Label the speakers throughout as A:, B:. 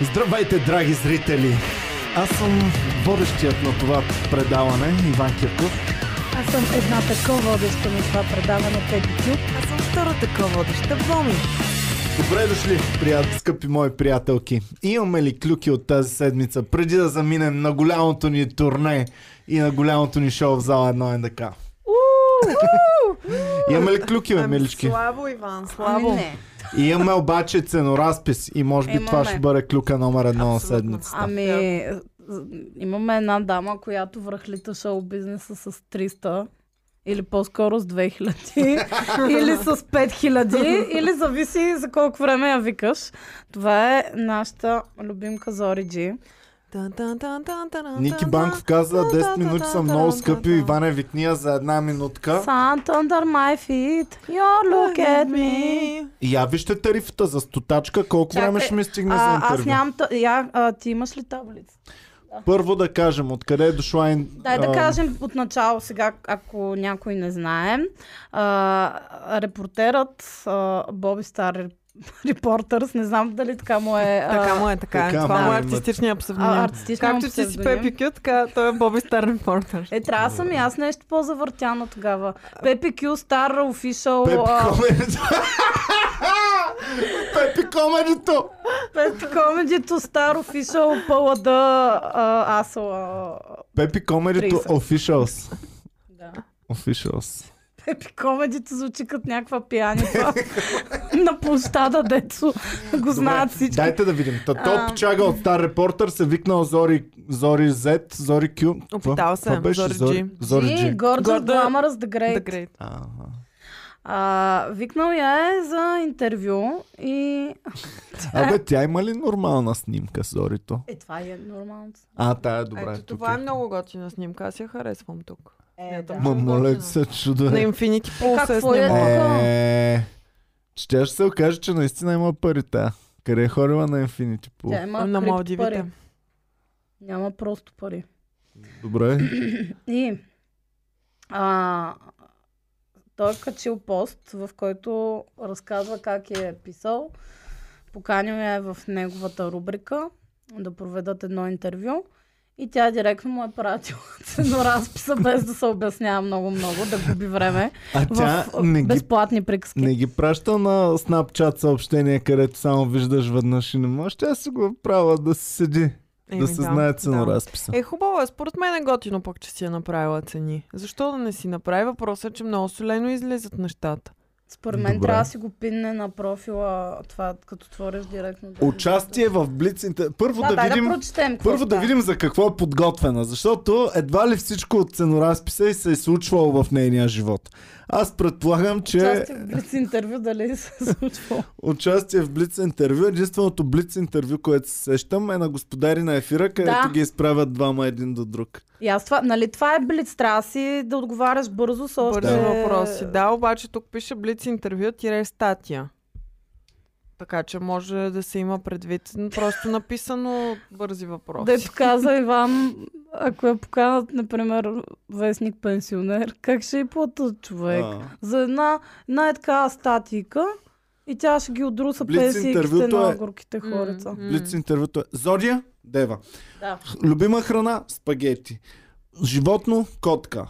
A: Здравейте, драги зрители! Аз съм водещият на това предаване, Иван Кирков.
B: Аз съм една такова водеща на това предаване Пети Кюк.
C: Аз съм втора такова водеща, Боми.
A: Добре дошли, прият, скъпи мои приятелки. Имаме ли клюки от тази седмица, преди да заминем на голямото ни турне и на голямото ни шоу в зала 1 НДК? Имаме ли клюки, бе, Ами, милички?
C: Ами, слабо, Иван, слабо.
D: Ами не.
A: Имаме обаче ценоразпис и може би
D: Имаме.
A: това ще бъде клюка номер едно на
C: Абсолютно.
A: седмицата.
D: Ами, з- имаме една дама, която връхлита шоу бизнеса с 300 или по-скоро с 2000, или с 5000, или зависи за колко време я викаш. Това е нашата любимка Зориджи.
C: Тан, тан, тан, тан, таран,
A: Ники
C: тан,
A: Банков каза,
C: тан,
A: 10
C: тан,
A: минути
C: тан,
A: са
C: тан,
A: много
C: тан,
A: скъпи,
C: тан.
A: Иване, викния за една минутка.
D: Sun under my feet, you look at me.
A: И я вижте тарифата за стотачка, колко
D: Чакай,
A: време ще ми стигне за
D: А, аз
A: интервю.
D: нямам... та- Я, а, ти имаш ли таблица?
A: Първо да кажем, откъде е дошла... ин-
D: Дай да
A: а,
D: кажем от начало сега, ако някой не знае. А, репортерът а, Боби Стар Репортърс, не знам дали така му е а,
C: Така му е, така е.
A: Така
C: Това
A: му
C: му
A: е,
C: е артистичният псевдоним.
D: а, артистичен
C: Както ти си Пепи Кю, така той е Боби Стар Репортер.
D: Е, трябва да съм и аз нещо по-завъртяно тогава. Пепи Кю, Стар, Official...
A: Пепи
D: а,
A: Комедито. Пепи Комедито.
D: Пепи Комедито, Стар, Official, Пълада, а, Асала.
A: Пепи Комедито
D: 30.
A: Officials.
D: Да.
A: Officials.
D: Пепи Комедито звучи като някаква пияница на площада, дето го знаят всички.
A: Дайте да видим. Та
D: А.
A: топ чага от стар репортер се викнал Зори, Зори Z, Зори Q. Това-
C: Опитал се,
A: това беше
C: Зори
A: Зори,
C: G.
A: Зори
D: G,
A: G.
D: Gorgeous,
C: Gorgeous,
D: Glamorous, The Great.
C: The Great.
A: А,
D: А, викнал я е за интервю и...
A: Абе, тя има ли нормална снимка с Зорито?
D: Е, това е нормално.
A: А, тая е добра.
C: Ето,
A: тук
C: това е много готина снимка, аз я харесвам тук.
D: Е, да.
A: Ма,
C: Много
A: моля ти
C: готина.
A: се, чудо
C: На
A: е.
C: Infinity Pool
D: какво
C: се
D: е?
C: снимала.
A: Е, ще ще се окаже, че наистина има парита. Къде е хорила на Infinity
D: Тя
A: Pool?
D: има
C: На
D: крит
C: Малдивите.
D: пари. Няма просто пари.
A: Добре.
D: И... А, той е качил пост, в който разказва как я е писал. Поканил я е в неговата рубрика да проведат едно интервю. И тя директно му е пратила ценоразписа, без да се обяснява много-много, да губи време
A: А
D: в
A: тя не ги,
D: безплатни приказки.
A: не ги праща на Snapchat съобщение, където само виждаш веднъж и не можеш. Тя си го правя да си седи,
C: Еми,
A: да се знае ценоразписа.
C: Е, хубаво е. Според мен е готино пък, че си е направила цени. Защо да не си направи? Въпросът е, че много солено излизат нещата.
D: Според мен
A: Добре.
D: трябва да си го пинне на профила това, като твориш директно. да-
A: Участие в Блицинте. Първо
D: Да,
A: да,
D: дай
A: видим...
D: да прочетем. какво
A: Първо да
D: става.
A: видим за какво е подготвена, защото едва ли всичко от ценоразписа и се е случвало в нейния живот. Аз предполагам, че
D: Участие в Блиц интервю дали се случва.
A: Участие в Блиц интервю. Единственото Блиц интервю, което се сещам е на господари на ефира, където
D: Да.
A: ги изправят двама един до друг.
D: И аз това, нали, това е Блиц, трябва да си да отговаряш бързо с още...
C: Бързи въпроси. Да, обаче тук пише Блиц интервю тире статия. Така че може да се има предвид просто написано бързи въпроси.
D: Дето каза Иван, ако я поканат, например, вестник пенсионер, как ще и платят човек?
A: А.
D: За една, една е така статика и тя ще ги отруса
A: Блиц
D: пенсиите
A: интервюто
D: на
A: е-
D: горките
C: М,
D: хорица.
C: м.
A: Блиц интервюто е Зодия, Дева.
D: Да.
A: Х- Любима храна, спагети. Животно, котка.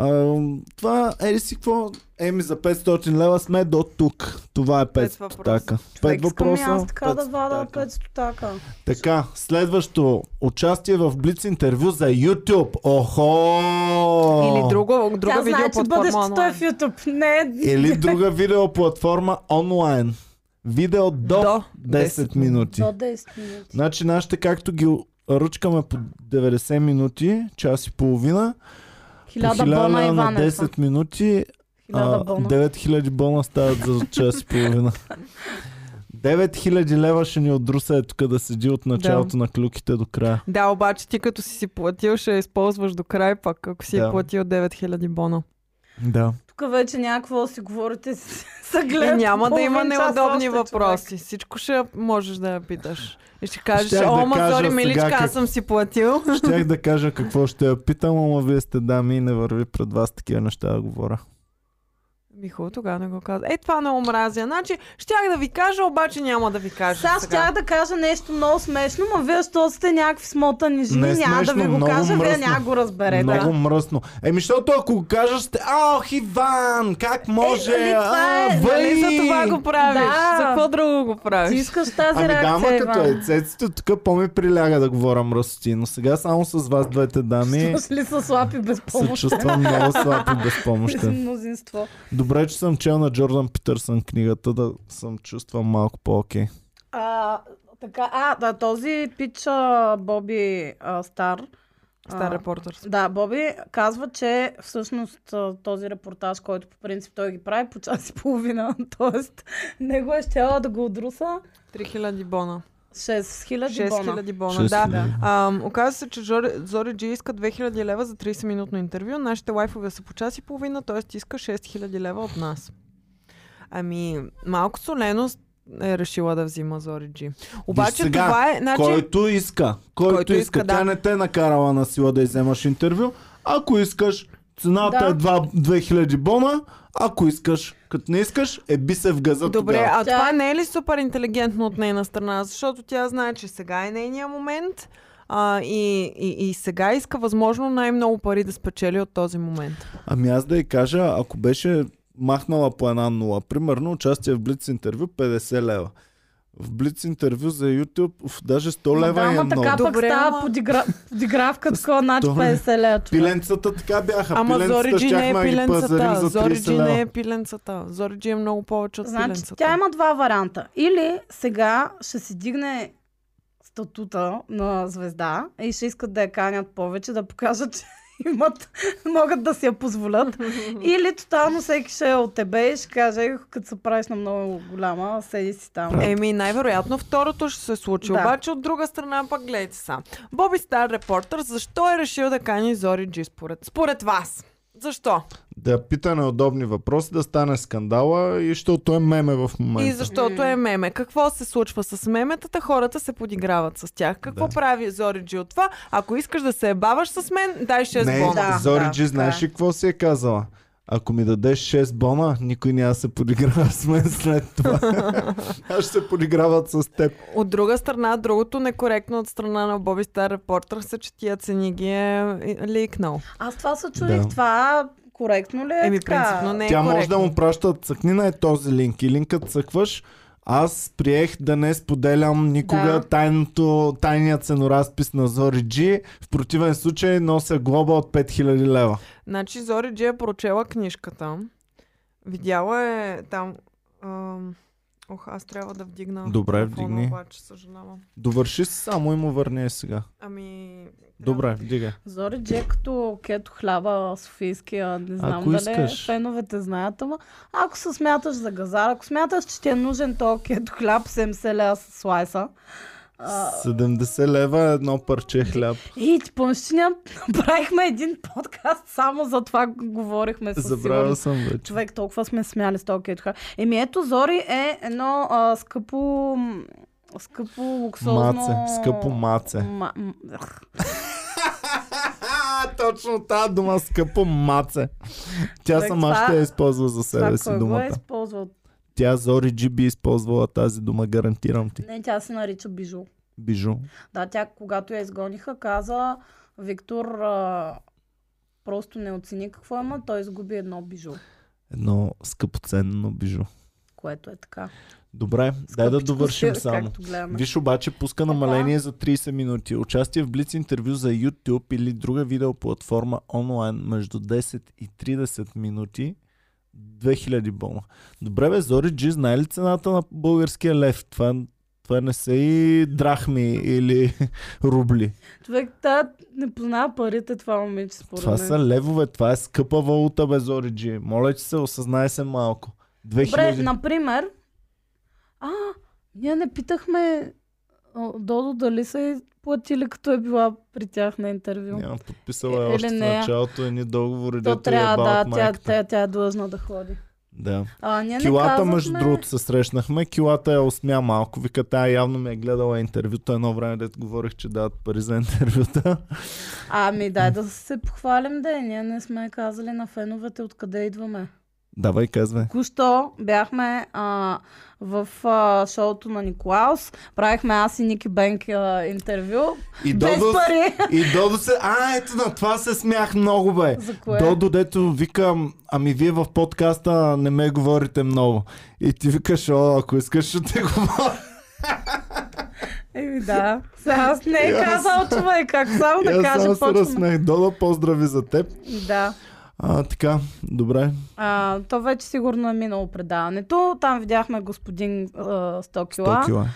A: А, това е ли си какво? Еми за 500 лева сме до тук. Това е 5
C: Пет въпроса.
A: стотака.
D: Човек,
A: 5
D: искам и
A: въпроса.
D: аз така да
A: пет
D: вада
A: стотака.
D: 500 така.
A: Така, следващо участие в Блиц интервю за YouTube. Охо!
C: Или друго, друга
D: Тя знае, че
C: видеоплатформа
D: бъдещето е
C: онлайн.
D: в YouTube. Не, е
A: Или друга видеоплатформа онлайн. Видео до,
C: До
A: 10,
C: 10
A: минути.
D: до 10 минути.
A: Значи нашите както ги ръчкаме по 90 минути, час и половина,
D: Хиляда
A: по 1000
D: бона,
A: лева на
D: Иван. е
A: 10 минути,
D: това.
A: а,
D: Хиляда бона.
A: 9000 бона стават за час и половина. 9000 лева ще ни отруса е тук да седи от началото на клюките до края.
C: Да, обаче ти като си си платил, ще я използваш до край пак, ако си
A: Да.
C: е платил 9000 бона.
A: Да.
D: Тук вече някакво си говорите с с
C: И
D: глед.
C: няма да
D: половин
C: има
D: час още,
C: неудобни
D: човек.
C: въпроси. Всичко ще можеш да я питаш. И ще кажеш,
A: Щях да
C: о,
A: кажа
C: ма, сори,
A: сега
C: миличка,
A: как-
C: аз съм си платил.
A: Щях да кажа какво ще я питам, ама вие сте дами и не върви пред вас такива неща да говоря.
C: Ми хубаво, тогава не го каза. Е, това не омразя. Значи, щях да ви кажа, обаче няма да ви кажа
D: Сега
C: сега.
D: щях да кажа нещо много смешно, но вие, защото сте някакви смотани жени,
A: Не е
D: няма да
A: смешно,
D: ви го
A: много
D: кажа, вие
A: мръсно.
D: няма го разберете.
A: Много
D: Да.
A: мръсно. Еми, защото ако го кажеш, ще... Ох, Иван, как може?
D: нали това
A: а,
D: е,
C: ами, Нали за
A: въй!»
C: това го правиш?
D: Да.
C: За какво друго го
D: Ти
C: правиш?
D: искаш тази
A: Ами да,
D: реакция,
A: ама като
D: Иван.
A: е цецето, тук по-ми приляга да говоря мръсоти, но сега само с вас двете дами
D: Слушаш ли са слаби без
A: се
D: помощ?
A: чувствам много слаб и безпомощен.
D: Мнозинство.
A: Добре, че съм чел на Джордан Питърсън книгата, да съм чувствам малко по-окей.
D: А, така, а, да, този пич а, Боби а, Стар. а,
C: Стар репортер.
D: Да, Боби казва, че всъщност а, този репортаж, който по принцип той ги прави по час и половина, т.е. него е щела да го отруса
C: 3000 бона.
D: 6000 бона.
C: 6000 бона.
A: Шест
C: Да.
A: хиляди.
C: Ам, оказва се, че Жори, Зори Джи иска 2000 лева за 30-минутно интервю. Нашите лайфове са по час и половина, т.е. иска 6000 лева от нас. Ами, малко соленост е решила да взима Зори Джи. Обаче
A: сега,
C: това е... Значи,
A: Който иска, който,
C: Който
A: иска,
C: иска, да.
A: тя не те е накарала на сила да иземаш интервю. Ако искаш, цената
D: Да.
A: е 2, 2000 бона. Ако искаш, като не искаш, е би се в газа
C: Добре,
A: тогава.
C: а
D: Тя-
C: това не е ли супер интелигентно от нейна страна? Защото тя знае, че сега е нейния момент а, и, и, и сега иска възможно най-много пари да спечели от този момент.
A: Ами аз да й кажа, ако беше махнала по една нула, примерно участие в Блиц интервю 50 лева. В Блиц интервю за YouTube уф, даже 100 лева
D: да,
A: е
D: ама
A: много.
D: така пък
C: Добре,
D: става
C: ама-
D: подигра... подигравка такова над
A: Добре.
D: 50 лева. човек.
A: Пиленцата така бяха.
C: Ама
A: пиленцата
C: Зориджи не е
A: щяхме да ги пазарим
C: пиленцата.
A: за 30
C: Зориджи
A: лева.
C: не е пиленцата. Зориджи е много повече от
D: Значи
C: пиленцата.
D: тя има два варианта. Или сега ще си дигне статута на звезда и ще искат да я канят повече, да покажат, че имат, могат да си я позволят. Или тотално всеки ще е от тебе и ще каже, «Ех, като се правиш на много голяма, седи си там.
C: Еми, най-вероятно второто ще се случи.
D: Да.
C: Обаче от друга страна пък гледайте са. Боби Стар репортер, защо е решил да кани Зори Джи според, според вас? Защо?
A: Да я пита неудобни въпроси, да стане скандала и защото е меме в момента.
C: И защото е меме. Какво се случва с меметата? Хората се подиграват с тях. Какво
A: Да.
C: прави Зориджи от това? Ако искаш да се ебаваш с мен, дай 6
A: не,
C: бона.
D: Да,
A: Зориджи,
D: да,
A: знаеш ли какво си е казала? Ако ми дадеш 6 бона, никой няма да се подиграва с мен след това. Аз ще се подиграват с теб.
C: От друга страна, другото некоректно от страна на Боби Стар репортер са, че тия цени ги е е, ликнал.
D: Аз това се чудих,
A: Да.
D: това коректно ли е?
C: Еми,
D: така?
C: принципно не е
A: Тя
C: коректно.
A: може да му праща цъкни на е този линк и линкът цъкваш. Аз приех да не споделям никога да.
D: Да.
A: тайното, тайния ценоразпис на Зори Джи. В противен случай нося глоба от 5000 лева.
C: Значи Зори Джи е прочела книжката. Видяла е там... ам, Ох, аз трябва да вдигна.
A: Добре,
C: телефона,
A: вдигни.
C: Обаче, съжалявам.
A: Довърши си само и му върни е сега.
C: Ами... трябва
A: Добре, вдигай.
D: Зори Джи е като кето хляба софийския, не знам
A: Ако
D: дали
A: искаш.
D: феновете знаят, ама ако се смяташ за газар, ако смяташ, че ти е нужен то кето хляб, 70 лева с слайса. А,
A: 70 лева е едно парче хляб.
D: и ти помниш, че ние направихме един подкаст, само за това говорихме със
A: Забравил
D: сигурност.
A: съм вече.
D: Човек, толкова сме смяли с този кето хляб. Еми ето, Зори е едно а, скъпо... м, Скъпо луксозно...
A: Маце, скъпо маце.
D: Ма- м- ах.
A: А, точно тази дума, скъпо маце. Тя
D: Човек,
A: сама
D: това-
A: ще я използва за
D: Това
A: себе си
D: кой го е
A: думата.
D: използвал?
A: Тя Зори Джи би използвала тази дума, гарантирам ти.
D: Не, тя се нарича бижу.
A: Бижу.
D: Да, тя, когато я изгониха, каза, Виктор а, просто не оцени какво има, той изгуби едно бижу,
A: Едно скъпоценно бижу.
D: което е така.
A: Добре, дай да
D: Скъпичко
A: довършим
D: си е,
A: само.
D: Както гледаме.
A: Виж обаче, пуска намаление за 30 минути. Участие в Блиц интервю за YouTube или друга видеоплатформа онлайн между 10 и 30 минути 2000 бона. Добре бе, Зори Джи, знае ли цената на българския лев? Това, това не са и драхми или рубли.
D: Човек, та не познава парите, това момиче, според
A: Това
D: мен.
A: са левове, това е скъпа валута бе, Зори Джи. Моля, че се осъзнай се малко. 2000...
D: Добре, например, а, ние не питахме а, Додо дали са й платили, като е била при тях на интервю.
A: Няма подписала е
D: Или
A: още в
D: не я.
A: началото едни договори,
D: То
A: дето
D: трябва, да, тя,
A: майката.
D: тя, тя е длъжна да ходи.
A: Да.
D: А, ние не
A: Килата,
D: казахме...
A: между другото, се срещнахме. Килата я осмя малко. Вика, тя явно ми е гледала интервюто. Едно време, дето говорих, че дават пари за интервюта.
D: Ами дай да се похвалим, да е. Ние не сме казали на феновете откъде идваме.
A: Давай, казвай.
D: Току-що бяхме а, в а, шоуто на Николаус. Правихме аз и Ники Бенк а, интервю.
A: И
D: без
A: Додо,
D: пари.
A: и Додо се... А, ето на това се смях много, бе.
D: За кое?
A: Додо, дето викам, ами вие в подкаста не ме говорите много. И ти викаш, о, ако искаш, ще те говоря.
D: Еми да. Сега аз не е
A: И аз-
D: казал човек, как само
A: И
D: да
A: аз само
D: кажа
A: се
D: почваме.
A: разсмях. Додо, поздрави за теб.
D: Да.
A: А, така, добре.
D: А, то вече сигурно е минало предаването. Там видяхме господин а, 100 кила,
A: 100 кила.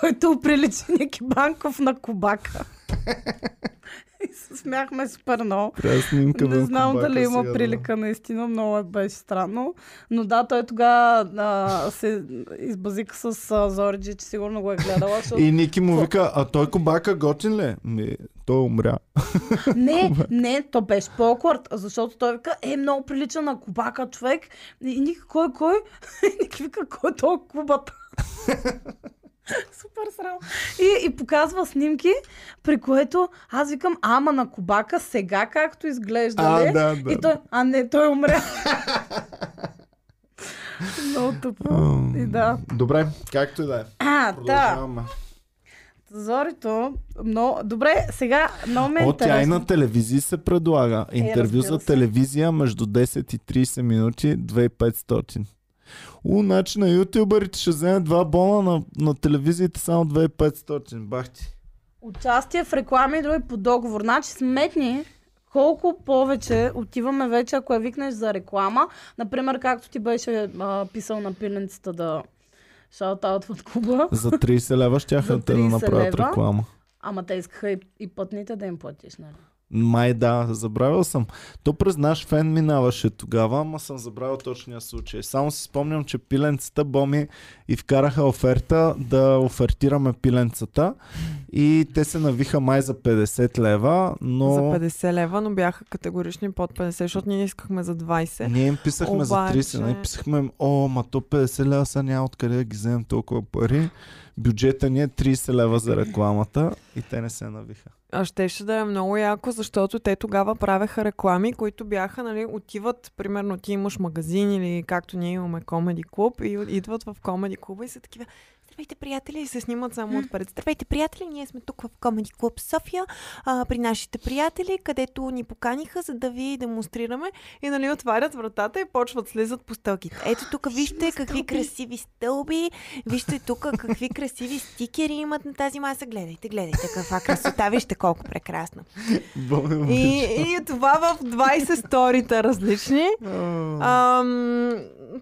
D: който прилича Ники Банков на кубака. и се смяхме супер много.
A: Трябва да снимка
D: Не
A: в
D: знам
A: кубака
D: дали има
A: сега, е, да.
D: прилика, наистина много е беше странно. Но да, той тогава а, се избазика с а, Зорджи, че сигурно го е гледала. Защото...
A: И Ники му вика, а той кубака готин ли? е?» Ми, той умря.
D: Не, не, то беше по-окорд, защото той вика, е, много прилича на кубака човек. И Ники, кой, кой? И Ники вика, кой е то кубата? Супер срам. И, и показва снимки, при което аз викам, ама на кубака сега както изглежда.
A: А,
D: не?
A: да, да,
D: И той, а не, той умря. много тъпо. И да.
A: Добре, както и да е.
D: А, да.
A: Продължаваме.
D: Зорито, но... Добре, сега много ме е
A: От тя и
D: интересно. Е,
A: на телевизии се предлага. Интервю
D: разбира
A: за
D: се.
A: телевизия между 10 и 30 минути 2500. У, значи на ютуберите ще вземе два бона на, на телевизиите само 2500. Бах ти.
D: Участие в реклами и други по договор. Значи сметни колко повече отиваме вече, ако я викнеш за реклама. Например, както ти беше а, писал на пиленцата да шаутаутват клуба.
A: За 30 лева щяха
D: За
A: те да
D: 30
A: направят
D: лева?
A: реклама.
D: Ама те искаха и, и пътните да им платиш, нали?
A: Май да, забравил съм. То през наш фен минаваше тогава, ама съм забравил точния случай. Само си спомням, че пиленцата Боми и вкараха оферта да офертираме пиленцата и те се навиха май за 50 лева, но...
C: За 50 лева, но бяха категорични под 50, защото ние искахме за 20.
A: Ние им писахме
C: Обаче-
A: за 30, не писахме им, о, ма то 50 лева сега няма откъде да ги вземем толкова пари. Бюджета ни е 30 лева за рекламата и те не се навиха.
C: А щеше да е много яко, защото те тогава правеха реклами, които бяха, нали, отиват, примерно ти имаш магазин или както ние имаме комеди клуб и идват в комеди клуба и са такива Здравейте, приятели! И се снимат само отпред.
E: Здравейте, приятели! Ние сме тук в Comedy Club София а, при нашите приятели, където ни поканиха, за да ви демонстрираме.
C: И нали отварят вратата и почват слизат по стълките.
E: Ето тук вижте какви красиви стълби, вижте тук какви красиви стикери имат на тази маса. Гледайте, гледайте каква красота, вижте колко прекрасно.
A: Боми,
C: И, и това в 20 сторита различни. Ам,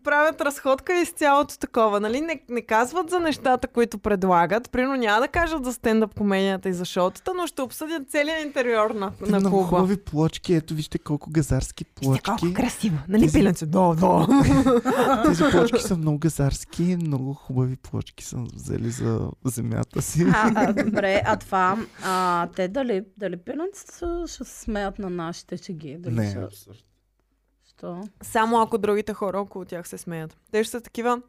C: правят разходка и с цялото такова. Нали? Не, не казват за нещата, които предлагат. Примерно няма да кажат за стендъп комедията и за шоутата, но ще обсъдят целият интериор на, на
A: много
C: клуба.
A: хубави плочки, ето вижте колко газарски
E: Вижте
A: плочки.
E: колко красиво. Нали,
A: Тези-
E: пиленце? Да, да.
A: Тези плочки са много газарски, много хубави плочки са взели за земята си.
D: А, а, добре, а това, а, те дали, дали пиленцата ще се смеят на нашите шеги? Дали
A: не,
D: Ще...
A: абсурд.
D: Що?
C: Само ако другите хора около тях се смеят. Те ще са такива...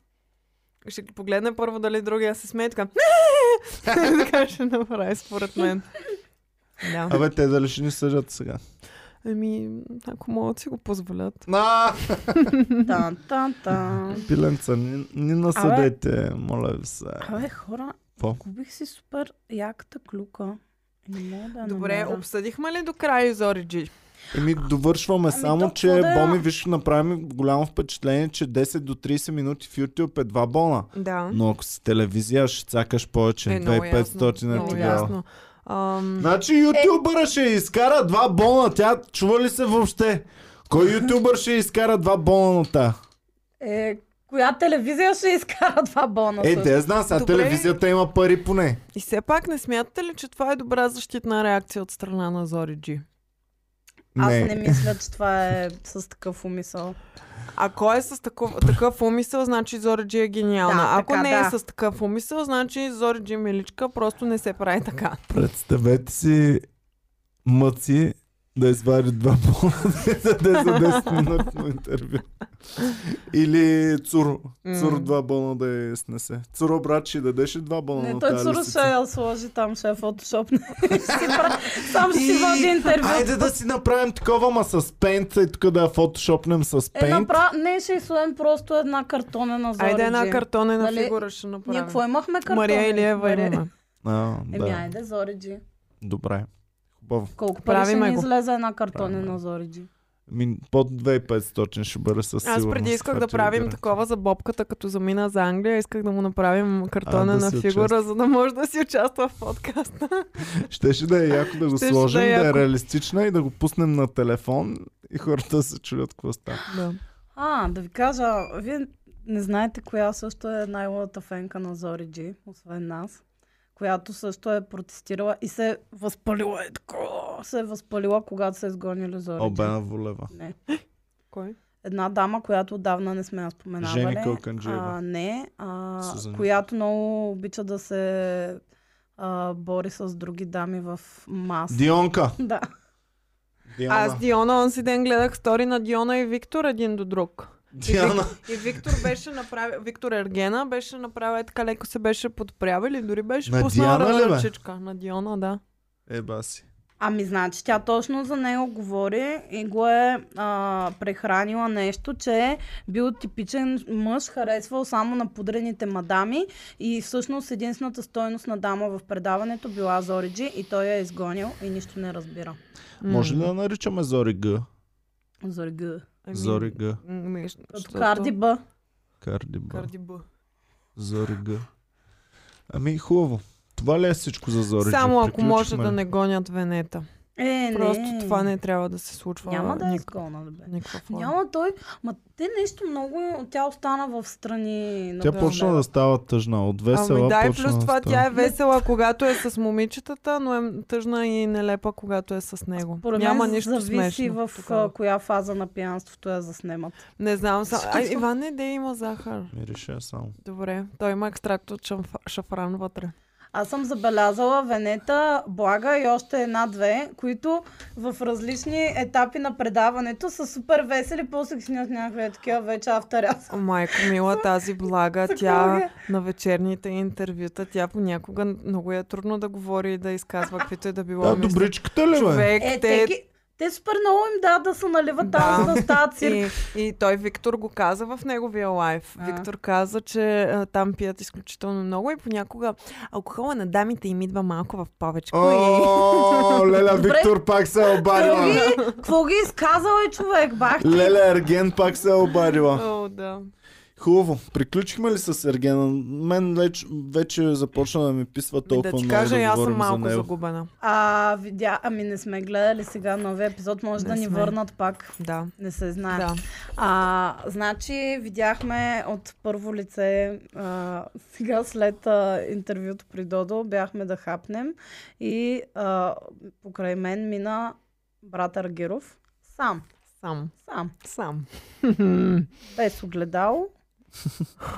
C: Ще ги погледне първо дали другия се смее и така... така ще направи според мен. Да.
A: Абе, те дали ще ни съжат сега?
C: Ами, ако могат да си го позволят.
A: На!
D: Тан, тан, тан.
A: Е. Пиленца, ни, ни насъдете, моля ви се.
D: Абе, хора,
A: Какво?
D: губих си супер яката клюка. Не мога да я
C: Добре,
D: намеря.
C: обсъдихме ли до края Зориджи?
A: Еми, довършваме
D: Ами
A: само,
D: то,
A: че
D: какво да е?
A: Боми, виж, ще направим голямо впечатление, че 10 до 30 минути в YouTube е 2 бона.
C: Да.
A: Но ако си телевизия, ще цакаш повече.
C: Е, много ясно.
A: 2500 е
C: Много
A: тогава.
C: ясно. Ам,
A: Значи ютубъра ще изкара два бона. Тя чува ли се въобще? Кой ютубър ще изкара два бона на та?
D: Е, коя телевизия ще изкара два бона?
A: Е,
D: също?
A: де знам, сега
C: Добре.
A: телевизията има пари поне.
C: и все пак не смятате ли, че това е добра защитна реакция от страна на Зориджи?
D: Аз
A: Не.
D: не. мисля, че това е с такъв умисъл.
C: Ако е с такъв, такъв умисъл, значи Зориджи е гениална.
D: Да,
C: Ако
D: така,
C: не
D: да.
C: е с такъв умисъл, значи Зориджи миличка просто не се прави така.
A: Представете си мъци да извади два бола да даде за 10-минутно интервю. Или Цуро. Цуро
C: М.
A: два бона да я снесе. Цуро брат ще й дадеше два бона
D: Не,
A: на
D: той
A: тази
D: Цуро ще
A: е лисица.
D: я сложи там, ще е фотошоп. Сам ще си
A: И-
D: води интервю.
A: Айде да си направим такова, ма с пейнт и тук да я фотошопнем с
D: Е,
A: пейнт.
D: направ... Не, ще изслоем просто една картонена зориджи.
C: Айде една е картонена
D: Нали,
C: фигура ще направим.
D: Ние какво имахме картон?
C: Мария Илиева имаме.
A: А,
D: Еми,
A: да.
D: Ами айде, Зориджи.
A: Добре. Хубаво.
D: Колко пари ще
C: Правиме
D: ни
C: го.
D: излезе една
A: Правиме.
D: картонена Зориджи?
A: Ми, Ами, под 2500 ще бъде със сигурност.
C: Аз преди исках
A: това
C: да
A: ти го
C: правим
A: гарантирам.
C: такова за бобката, като замина за Англия. Исках да му направим картонена
A: си
C: фигура,
A: участва.
C: за да може да си участва в подкаста.
A: Щеше да е яко да го
C: Щеше да е
A: сложим, да е
C: яко.
A: реалистична и да го пуснем на телефон и хората да се чудят какво става.
C: да.
D: А, да ви кажа, вие не знаете коя също е най-лоята фенка на Зориджи, освен нас, която също е протестирала и се е възпалила е такова. Се е възпалила, когато са изгонили Зориджи.
A: Обена Волева.
D: Не.
C: Кой?
D: Една дама, която отдавна не сме я споменавали.
A: Жени Калканджиева.
D: А, не, а,
A: Сузан.
D: която много обича да се а, бори с други дами в маса.
A: Дионка!
D: Да.
A: Диана.
C: Аз Диона, онзи ден гледах стори на Диона и Виктор един до друг.
A: Диана.
C: И Виктор беше направил, Виктор Ергена беше направил е така леко се беше подпрял или дори беше
A: На
C: пуснал
A: Диана ли, бе?
C: ръчичка. На Диона, да.
A: Еба си.
D: Ами, значи, тя точно за него говори и го е а, прехранила нещо, че е бил типичен мъж, харесвал само на подрените мадами и всъщност единствената стойност на дама в предаването била Зориджи и той я е изгонил и нищо не разбира.
C: М.
A: Може ли да наричаме Зори Г?
D: Зориги.
C: Ами,
A: Зори Г.
C: ами, щ-
D: Като
C: щото-
D: Карди Б.
A: Карди Б.
C: Карди Б.
A: Зори Г. Ами хубаво. Това ли е всичко за Зори Г?
C: Само ако
A: Приключихме
C: може
A: ли?
C: да не гонят Венета.
D: Е,
C: Просто
D: не.
C: това не трябва да се случва.
D: Няма да е
C: никак.
D: изгонен, бе.
C: Никаква форма.
D: Няма той. Ма те нещо много... Тя остана в страни. на
A: Тя
D: Белград.
A: почна да става тъжна. От весела
C: Ами да, и
A: почна
C: плюс
A: да
C: това
A: става.
C: тя е весела, когато е с момичетата, но е тъжна и нелепа, когато е с него.
D: Според
C: Няма
D: мен
C: нищо
D: зависи
C: смешно.
D: в
C: такова.
D: а, коя фаза на пиянството я заснемат.
C: Не знам. Са... А, Иван е де има захар.
A: Мирише е само.
C: Добре. Той има екстракт от шамфа- шафран вътре.
D: Аз съм забелязала Венета, Блага и още една-две, които в различни етапи на предаването са супер весели, после ги снимат някакви такива вече авторят.
C: О, Майко мила, тази блага,
D: Такова
C: тя
D: е.
C: на вечерните интервюта, тя понякога много е трудно да говори и да изказва каквито и да било.
A: Да,
C: мисли.
A: добричката ли бе?
C: Човек,
D: Е, те,
C: те,
D: ги, те супер много им да да се наливат там,
C: Да.
D: за да стават цирк.
C: И, и той Виктор го каза в неговия лайф.
D: А.
C: Виктор каза, че а, там пият изключително много и понякога алкохола на дамите им идва малко в повече.
A: О, Леля
D: Добре.
A: Виктор пак се е
D: Какво ги,
A: обадила.
D: какво ги изказал е човек, бах ти?
A: Леля Ерген пак се е обадила.
C: О, да.
A: Хубаво. Приключихме ли с Ергена? Мен вече, вече започна да ми писва
C: Ми,
A: толкова
C: да ти
A: много
C: кажа, и
A: да
C: аз съм
A: говорим за
C: малко
A: него.
C: загубена.
D: А, видя, ами не сме гледали сега новия епизод, може
C: Не
D: да ни
C: сме.
D: върнат пак.
C: Да,
D: Не се знае.
C: да.
D: А, значи, видяхме от първо лице, а, сега след а, интервюто при Додо, бяхме да хапнем и а, покрай мен мина брат Аргиров. Сам,
C: Сам.
D: сам.
C: Сам.
D: Без огледало,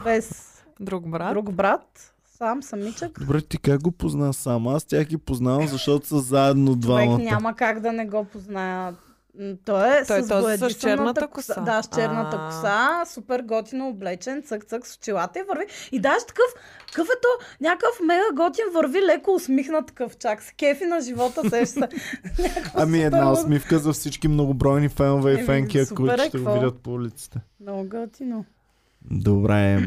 D: без
C: Друг брат.
D: друг брат, сам, самичък.
A: Добре, ти как го позна сам? Аз тях ги познавам, защото са заедно двамата.
D: Човек няма как да не го позная. М, Той е
C: Той е
D: с,
C: този с
D: боядисаната
C: черната коса.
D: Да, с черната
C: А.
D: коса, супер готино облечен, цък-цък с очилата и върви. И даже такъв, какъв е то, някакъв мега готин върви, леко усмихнат такъв чак. С кефи на живота сеща се. Някакво
A: Ами
D: супер
A: една
D: луд.
A: усмивка за всички многобройни фенове и
D: Еми,
A: фенки, ако
D: супер е,
A: ще го
D: какво?
A: видят по улиците.
D: Много готино.
A: Добре.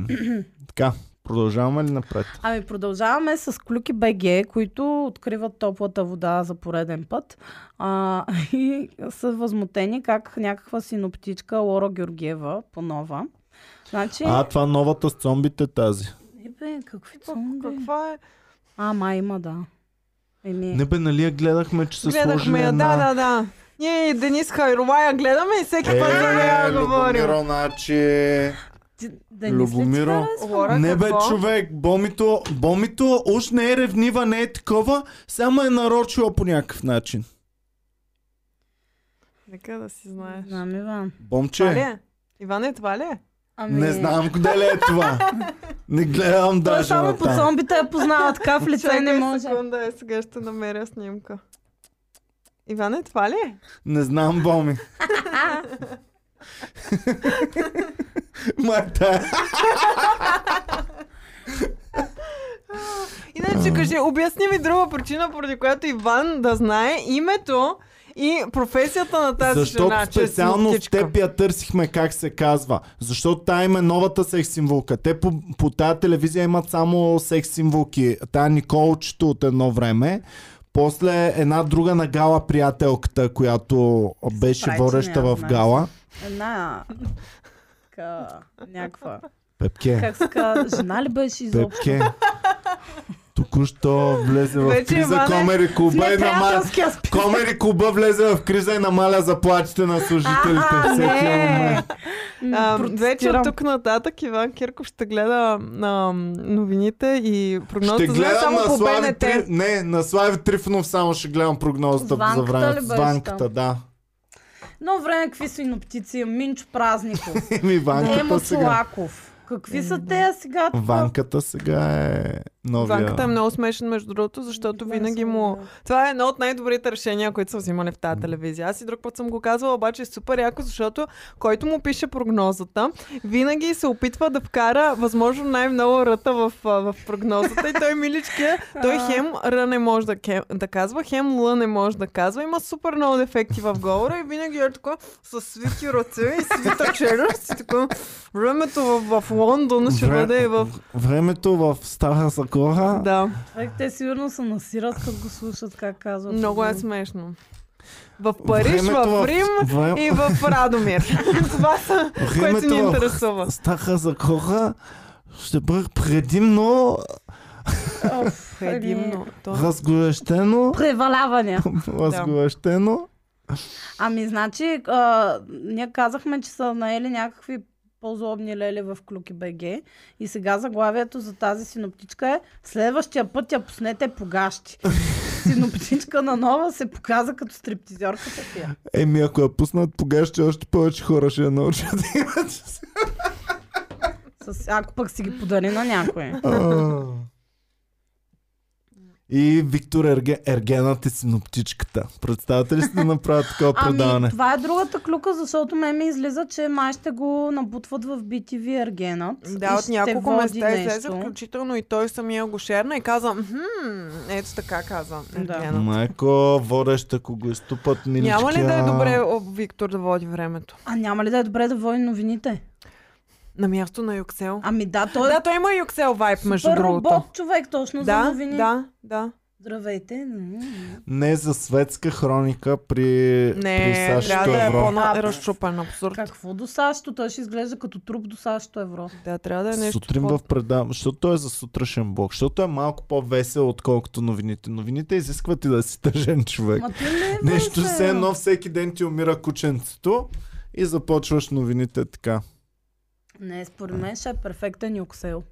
A: така, продължаваме ли напред?
D: Ами продължаваме с Клюки БГ, които откриват топлата вода за пореден път. А, и са възмутени как някаква синоптичка Лора Георгиева, по-нова. Значи...
A: А, това новата с зомбите тази.
D: Не бе, какви
C: Какво-
D: цунги?
C: Каква е?
D: А, май има, да. Еми...
A: Не бе, нали я гледахме, че са
C: Гледахме
A: сложили
C: я.
A: една...
C: Да, да, да. Ние и Денис Хайрова я гледаме и
A: Е,
C: всеки път за нея говорим.
A: Оначе...
D: Ти, да не
A: Любомиро.
C: Лора,
A: Не бе,
C: какво?
A: човек, бомито, бомито уж не е ревнива, не е такова, само е нарочила по някакъв начин.
C: Нека да си знаеш.
D: Знам, Иван.
C: Това ли
A: Бомче,
C: е? Иване, това ли е?
D: Ами...
A: не знам къде ли е това. Не
C: е
A: гледам
D: Той
A: даже
D: само
A: на
D: по
A: там.
D: зомбите я познава така в лице, не
C: Чакай
D: може.
C: секунда, е, сега ще намеря снимка. Иване, това ли е?
A: Не знам, Боми. Марта.
C: Иначе кажи, обясни ми друга причина, поради която Иван да знае името и професията на тази
A: Защото
C: жена, че е
A: специално с
C: смутничка.
A: теб я търсихме как се казва. Защото тая има новата секс символка. Те по, по тая телевизия имат само секс символки. Тая Николчето от едно време. После една друга на Гала приятелката, която беше
D: Спрайт
A: водеща
D: няма,
A: в
D: нали?
A: Гала.
D: Една... Така, някаква.
A: Пепке.
D: Как се казва? Жена ли беше изобщо?
A: Пепке. Току-що влезе в
C: Вече,
A: криза
C: Иване,
A: Комери клуба и намаля.
D: Приятелския спи-
A: Комери клуба влезе в криза и намаля заплатите на служителите. Всеки момент.
C: А, вече
D: Протестирам.
C: от тук нататък Иван Кирков ще гледа а, новините и прогнозата
A: Ще
C: за нея
A: гледам
C: само
A: на
C: по
A: Слави
C: БНТ.
A: Триф... Не, на Слави Трифонов само ще гледам прогнозата
D: Звънката
A: за
D: ли
A: време.
D: беше
A: Званката, да.
D: Но време, какви са иноптици? Минчо Празников.
A: Еми, Ванката
D: Емо
A: сега.
D: Чолаков. Какви са те сега? тук?
A: Ванката сега е новия.
C: Ванката е много смешен, между другото, защото
D: Не
C: винаги
D: съм
C: му...
D: гледала.
C: Това е едно от най-добрите решения, които са взимали в тази телевизия. Аз и друг път съм го казвала, обаче е супер яко, защото който му пише прогнозата, винаги се опитва да вкара възможно най-много ръта в, а, в прогнозата и той миличкия, той хем р не може да, кем, да казва, хем л не може да казва. Има супер много дефекти в говора и винаги е така с свити ръце и свита челюст и така. Времето в, в Лондон ще
A: Вре-
C: бъде и в...
A: Времето в Стара Сакора.
C: Да.
D: Човек, Е, те сигурно се насират, като го слушат, как казват.
C: Много е смешно. В Париж,
A: Времето
C: в Рим
A: Врем...
C: и в Радомир. Това са, което
A: Времето
C: ни
A: в-
C: интересува.
A: Стара Сакора ще бъде предимно
C: Е,
D: Оф,
C: Предимно. То-
A: разгорещено.
D: Преваляване.
A: разгорещено.
D: Ами, значи, а, ние казахме, че са наели някакви по-злобни лели в Клюки БГ. И сега заглавието за тази синоптичка е Следващия път я пуснете погащи. синоптичка на нова се показа като стриптизьорка София.
A: Еми, ако я пуснат тогава ще още повече хора ще я научат.
D: С, ако пък си ги подари на някой.
A: А. И Виктор Ерге, Ергенът е синоптичката. Представете ли си да направят такова
D: Ами,
A: предаване?
D: това е другата клюка, защото ме ми излиза, че май ще го набутват в BTV Ергенът. и
C: Да, от
D: ще
C: няколко
D: води
C: места излезе,
D: нещо.
C: включително и той самия го шерна и каза, «Мхм, ето така каза.
D: Да.
C: Ергена».
A: Майко, водещ, ако го изтупат миличкия...
C: Няма ли да е добре о, Виктор да води времето?
D: А няма ли да е добре да води новините?
C: На място на Юксел.
D: Ами да, той е
C: Да, той има Юксел вайп, между
D: супер
C: другото.
D: робот човек, точно за
C: Да,
D: новини.
C: да, да.
D: Здравейте.
A: Не за светска хроника при, при
C: Не,
A: САЩ
C: трябва да е
A: евро.
C: по-разчупен абсурд.
D: Какво до САЩ? Той ще изглежда като труп до САЩ евро.
C: Да, трябва да е нещо
A: Сутрин
C: по-
A: в предаване, защото той е за сутрешен блок, защото е малко по-весел, отколкото новините. Новините изискват и да си тъжен човек.
D: Ма ти не е
A: Нещо
D: весел.
A: се едно, всеки ден ти умира кученцето и започваш новините така.
D: Не, според мен ще е перфектен юксел.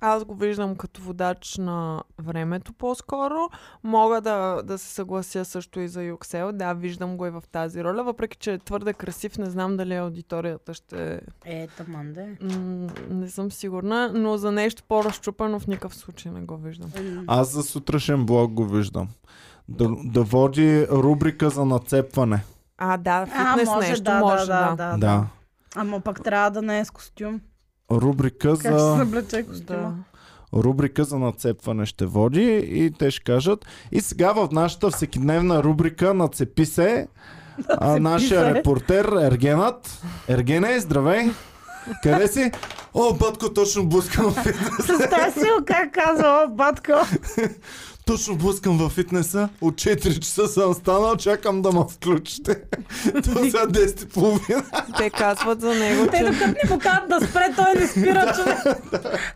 C: Аз го виждам като водач на времето по-скоро. Мога да, да се съглася също и за Юксел. Да, виждам го и в тази роля, въпреки че е твърде красив. Не знам дали аудиторията ще...
D: Е, таман да е.
C: М- не съм сигурна, но за нещо по-разчупено в никакъв случай не го виждам.
A: Аз за сутрешен блок го виждам. Да, да води рубрика за нацепване.
C: А, да,
D: А,
C: фитнес
D: може,
C: нещо,
D: да,
C: може,
D: да, да,
C: да.
D: да,
A: Да.
D: да. Ама пък трябва да не е с костюм.
A: Рубрика
D: Как ще се
A: за,
D: облече
C: да.
D: костюма?
A: рубрика за нацепване ще води и те ще кажат. И сега в нашата всекидневна рубрика Нацепи се, а, нашия
D: се.
A: репортер Ергенът. Ергене, здравей! Къде си? О, батко, точно блъскам, в фит-
D: Представя си го как казва, о, батко.
A: точно блъскам във фитнеса. От 4 часа съм станал, чакам да ме включите. Това са 10.30.
C: Те казват за него,
D: Те
C: че...
D: докато не му кажат да спре, той не спира, човек.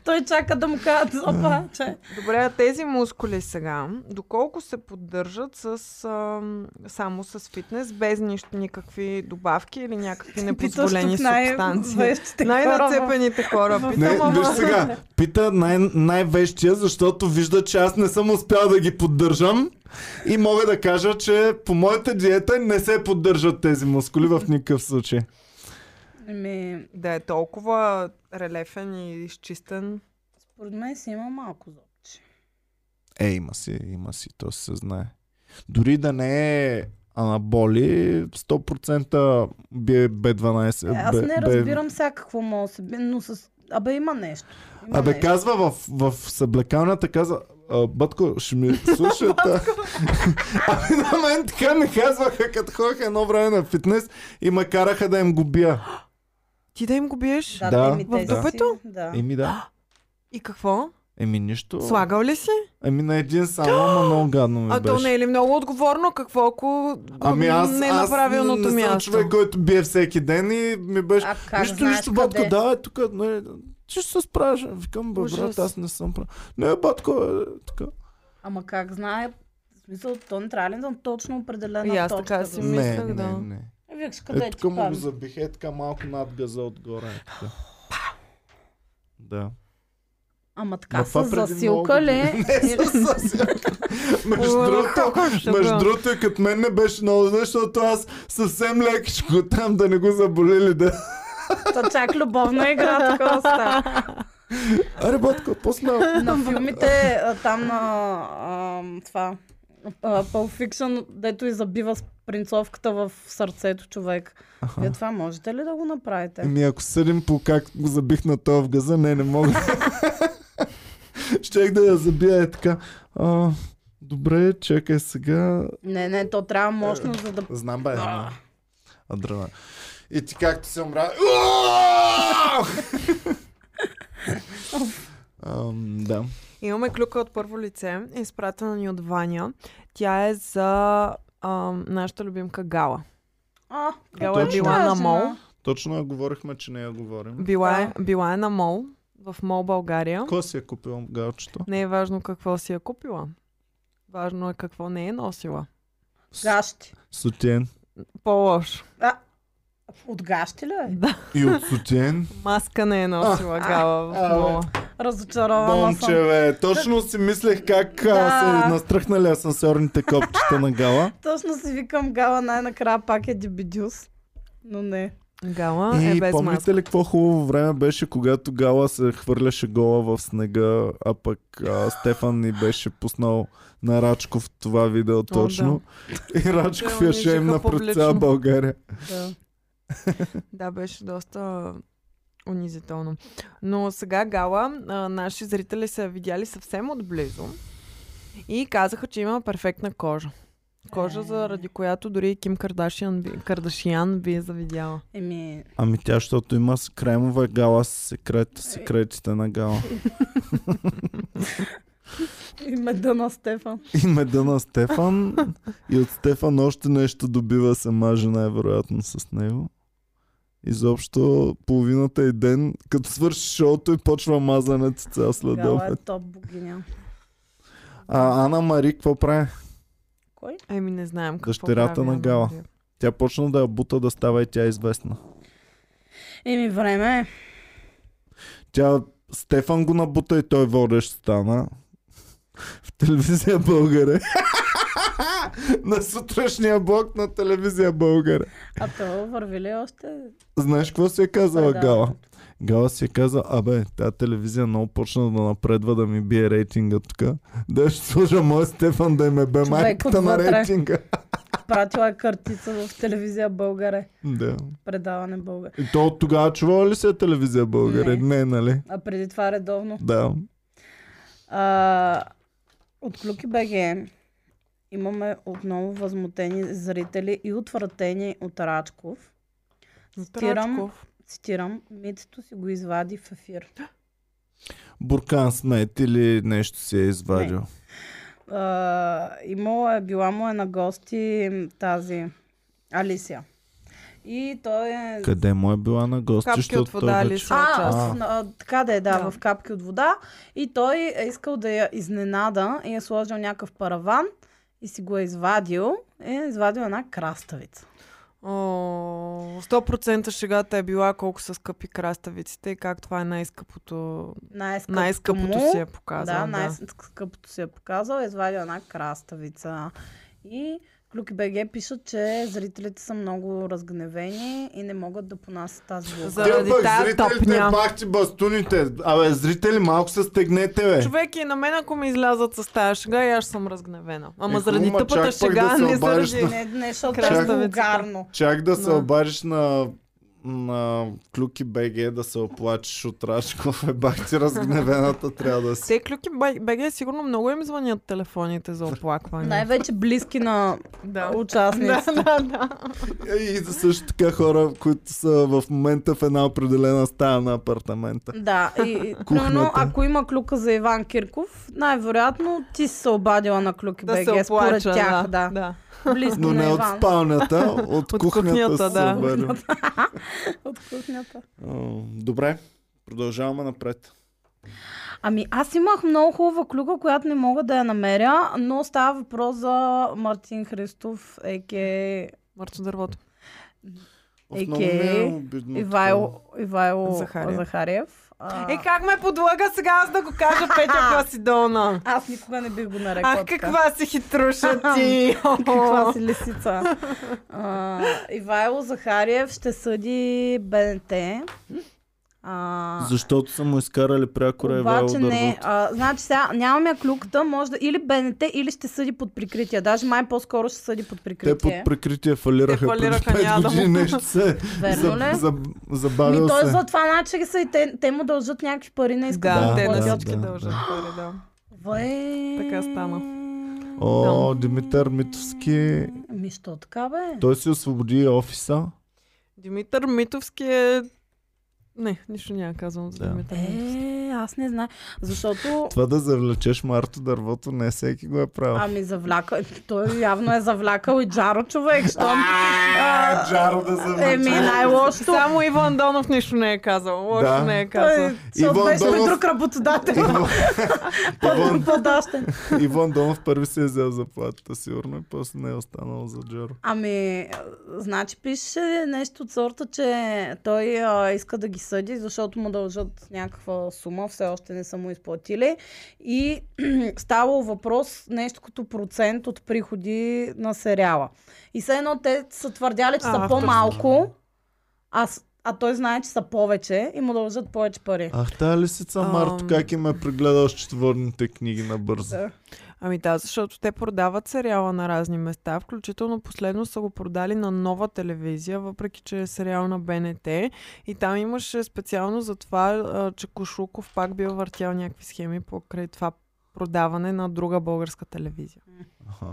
D: Той чака да му кажат, опа, че.
C: Добре, а тези мускули сега, доколко се поддържат с, ам, само с фитнес, без нищо, никакви добавки или някакви непозволени субстанции?
D: Най-нацепен.
C: Най-нацепените хора.
A: Не,
C: Питам,
A: виж
C: ама...
A: сега, пита най- най-вещия, защото вижда, че аз не съм успял да ги поддържам и мога да кажа, че по моята диета не се поддържат тези мускули в никакъв случай.
D: Еми,
C: Да е толкова релефен и изчистен.
D: според мен си има малко зобче.
A: Е, има си, има си, то се знае. Дори да не е анаболи, 100% би е
D: Е,
A: B12.
D: Аз
A: бе-
D: не
A: бе-
D: разбирам сега какво мога да се бие, но с... Абе има нещо. Има
A: Абе,
D: нещо.
A: казва в, в съблекалната, каза, а, батко, ще ми слушате. Абе, на мен така ми казваха, като ходях едно време на фитнес и ме караха да им го бия.
C: Ти да им го биеш?
D: Да,
A: Да,
D: да, ми
A: в
D: тези си-
C: дупето?
D: Да.
A: Еми да.
C: И какво?
A: Еми нищо.
C: Слагал ли си?
A: Еми на един само, ама много гадно ми
C: А то
A: беше.
C: не е ли много отговорно? Какво ако
A: Ами аз,
C: не е на
A: аз
C: правилното
A: не съм
C: място?
A: човек, който бие всеки ден и ми беше...
D: А как
A: нищо,
D: знаеш
A: нищо,
D: къде?
A: батко, да, е тук, нали, ти ще се справиш. Викам, бе, брат,
C: Ужас.
A: аз не съм прав. Не, батко, е, така.
D: Ама как знае? В смисъл, то не трябва ли да е точно определена
C: И аз
D: точка?
C: така си
D: да-
C: ми-
A: Не,
C: мислех,
A: не,
C: да.
A: не.
D: Викаш, къде
A: Е,
D: е,
A: тук
D: ти
A: му го
D: пада?
A: забих, е така малко над газа отгоре. е така. Да.
D: Ама
A: Ма
D: така
A: това
D: с
A: преди
D: засилка
A: много
D: ли?
A: години. Не, с засилка. Между другото, между другото, и като мен не беше много, зле, защото аз съвсем лекичко там да не го заболели да.
D: То чак любовна игра тук остава.
A: Аре, батко, по-смело.
D: На филмите а, там на а, това а, Pulp Fiction, дето и забива с принцовката в сърцето човек. Вие това можете ли да го направите?
A: Еми, Ами, ако съдим по как го забих на това в газа, не, не мога. Щех да я забия е така. А, добре, чакай сега.
D: Не, не, то трябва мощно, за да...
A: Знам, бе,
D: А.
A: една. Адрена. И ти както се умра. Ам, Да.
C: Имаме клюка от първо лице, изпратена ни от Ваня. Тя е за ам, нашата любимка Гала.
D: А,
C: Гала е
A: Точно.
C: била
D: жена.
C: на Мол.
A: Точно я говорихме, че не я говорим.
C: Била е, била е на Мол в Мол България.
A: Кой си е купил галчето?
C: Не е важно какво си е купила. Важно е какво не е носила.
D: Гащи.
A: Сутиен.
C: По-лошо.
D: А, от гащи ли е?
C: Да.
A: И от сутиен.
C: Маска не е носила Гала в
A: а,
C: Мола.
D: Разочарована
A: Момче,
D: съм.
A: бе. Точно си мислех как а,
D: Да.
A: са настръхнали асансьорните копчета на гала.
D: Точно си викам Гала най-накрая пак е дебидюс. Но не.
C: Гала е
A: И
C: без маска.
A: помните ли какво хубаво време беше, когато Гала се хвърляше гола в снега, а пък а, Стефан ни беше пуснал на Рачков това видео точно. И Рачков
C: Те
A: я шеймна
C: унижиха
A: пред цяла
C: публично.
A: България.
D: Да.
C: Да, беше доста унизително. Но сега Гала, а, наши зрители са я видяли съвсем отблизо и казаха, че има перфектна кожа. Кожа,
D: Е.
C: заради която дори и Ким Кардашиан би, Кардашиан би я завидяла.
D: Еми,
A: Ами тя, защото има с кремова Гала с секрет, секретите на Гала.
D: и меда на Стефан.
A: И меда на Стефан. И от Стефан още нещо добива се маже най-вероятно с него. Изобщо половината и ден, като свърши шоуто и почва мазането цял след
D: Гала е
A: обед.
D: топ богиня.
A: А Ана Мари какво прави?
D: Кой?
C: Еми не знаем какво
A: Дъщерята
C: прави е.
A: на
C: Анна
A: Гала.
C: Мария.
A: Тя почна да я бута да става и тя е известна.
D: Еми, време е.
A: Тя Стефан го набута и той водещ стана. В телевизия Българе. на сутрешния блок на телевизия Българе.
D: А то върви ли още?
A: Знаеш какво си е казала
D: предаването?
A: Гала? Гала си е каза, абе, тази телевизия много почна да напредва да ми бие рейтинга тук. Да ще сложа мой Стефан да им е бе
D: Човек
A: майката на
D: отвътре.
A: рейтинга.
D: Пратила е картица в телевизия Българе.
A: да.
D: Предаване Българе.
A: И то от тогава чувала ли се е телевизия България? Не.
D: Не.
A: не, нали?
D: А преди това редовно.
A: Да.
D: А, от Клюки БГ имаме отново възмутени зрители и отвратени от Рачков. Цитирам,
C: Трачков.
D: цитирам, митето си го извади в ефир.
A: Буркан смет или нещо си е извадил.
D: А, имала е, била му е на гости м, тази Алисия. И той е
A: Къде му е била на гости?
C: Капки
A: защото
C: от вода
A: той
C: ли
A: вече-
C: са
D: А,
C: част?
A: А.
D: в- а, така да е, да,
C: Да.
D: в капки от вода. И той е искал да я изненада и е сложил някакъв параван и си го е извадил. И е извадил една краставица.
C: О, 100% шегата е била колко са скъпи краставиците и как това е най-скъпото,
D: Най-скъпото,
C: най-скъпото
D: му,
C: си е показала.
D: Да, най-скъпото си е показал. е Извадил една краставица. И Клюки БГ пишат, че зрителите са много разгневени и не могат да понасят тази глупост.
C: За- Заради
A: Те пък
C: тая
A: зрителите
C: топня.
A: бахте бастуните. Абе, зрители, малко се стегнете, бе.
C: Човек и на мен, ако ми излязат с тази шега, и аз ще съм разгневена. Ама
A: Е,
C: заради
A: хубаво, чак
C: тъпата
A: пък
C: шега,
A: да се
C: не
A: обадиш
C: заради...
A: на-
D: Не, не, защото е
C: Кръставицата.
D: вулгарно.
A: Чак да се
C: Да.
A: обадиш на, на Клюки БГ да се оплачеш от Рашков. Е, бах ти разгневената трябва да си.
C: Те клюки БГ сигурно много им звънят телефоните за оплакване.
D: Най-вече близки на
C: Да.
D: участниците.
C: Да, да, да.
A: И за също така хора, които са в момента в една определена стая на апартамента.
D: Да, и- и
A: Кухнята.
D: примерно, ако има клюка за Иван Кирков, най-вероятно ти си се обадила на клюки
C: Да се
D: БГ, е според
C: оплача,
D: тях,
C: да.
D: да.
C: да.
D: Близко
A: Но
D: на
A: не от
D: Иван.
A: спалнята, от,
C: От
A: кухнята,
C: кухнята,
A: се
C: да.
A: обадим.
D: От кухнята.
A: О, Добре, продължаваме напред.
D: Ами аз имах много хубава клюка, която не мога да я намеря, но става въпрос за Мартин Христов, а.к.а.
C: Мърчо дървото.
A: Оф, много ми е
D: AKA
A: обидно това. е
D: Ивайло, Ивайло
C: Захариев.
D: Захариев. А,
C: Е, как ме подлага сега аз да го кажа Петя Класидона?
D: Аз никога не бих го нарекла
C: Ах,
D: така.
C: каква си хитруша ти!
D: Каква си лисица. А, Ивайло Захариев ще съди БНТ. А,
A: Защото са му изкарали прякора Ивайло
D: обаче не.
A: дървото.
D: А, значи сега нямаме клюката, може да или БНТ, или ще съди под прикритие. Даже май по-скоро ще съди под
A: Те
D: прикритие.
A: под прикритие фалираха,
C: Те фалираха,
A: преди 5
C: няма да
A: години
C: му-
A: нещо се
D: Верно ли?
A: за,
D: Ми
A: забавил
D: той
A: се.
D: за това начин ги са и те, те му дължат някакви пари на искат
C: Да,
A: Да,
C: те на
A: да,
C: всички
A: да,
C: дължат
A: да.
C: пари, да.
D: Вай...
C: Така стана.
A: О, Димитър Митовски,
D: Ми, що е? така, бе?
A: той си освободи офиса.
C: Димитър Митовски е... Не, нищо няма казвам за
A: Да.
C: Димитър Митовски.
D: Е, аз не знам. Защото...
A: Това да завлечеш Марто дървото, не всеки го е правил.
D: Ами завлака. Той явно е завлякал и Джаро човек, щом... а, е,
A: Джаро да завлече.
D: Еми, най-лошото.
C: Само Иван Донов нищо не е казал. Лошо
A: Да.
C: не е казал.
D: Той защото
A: Иван
D: беше при
A: Донов.
D: друг работодател.
A: Иван,
D: Подащен.
A: Иван Донов първи си е взел заплатата, сигурно, и после не е останал за Джаро.
D: Ами, а, значи пише нещо от сорта, че той а, иска да ги съди, защото му дължат някаква сума, все още не са му изплатили. И става въпрос нещо като процент от приходи на сериала. И все едно те са твърдяли, че
C: А,
D: са
C: авторски.
D: по-малко, а, с- а той знае, че са повече и му дължат повече пари.
A: Ах, тая лисица
C: Ам.
A: Марто, как им е прегледал счетоводните книги набързо?
D: Да.
C: Ами да, защото те продават сериала на разни места, включително последно са го продали на нова телевизия, въпреки че е сериал на БНТ. И там имаше специално за това, а, че Кошуков пак бил въртял някакви схеми покрай това продаване на друга българска телевизия.
A: Аха.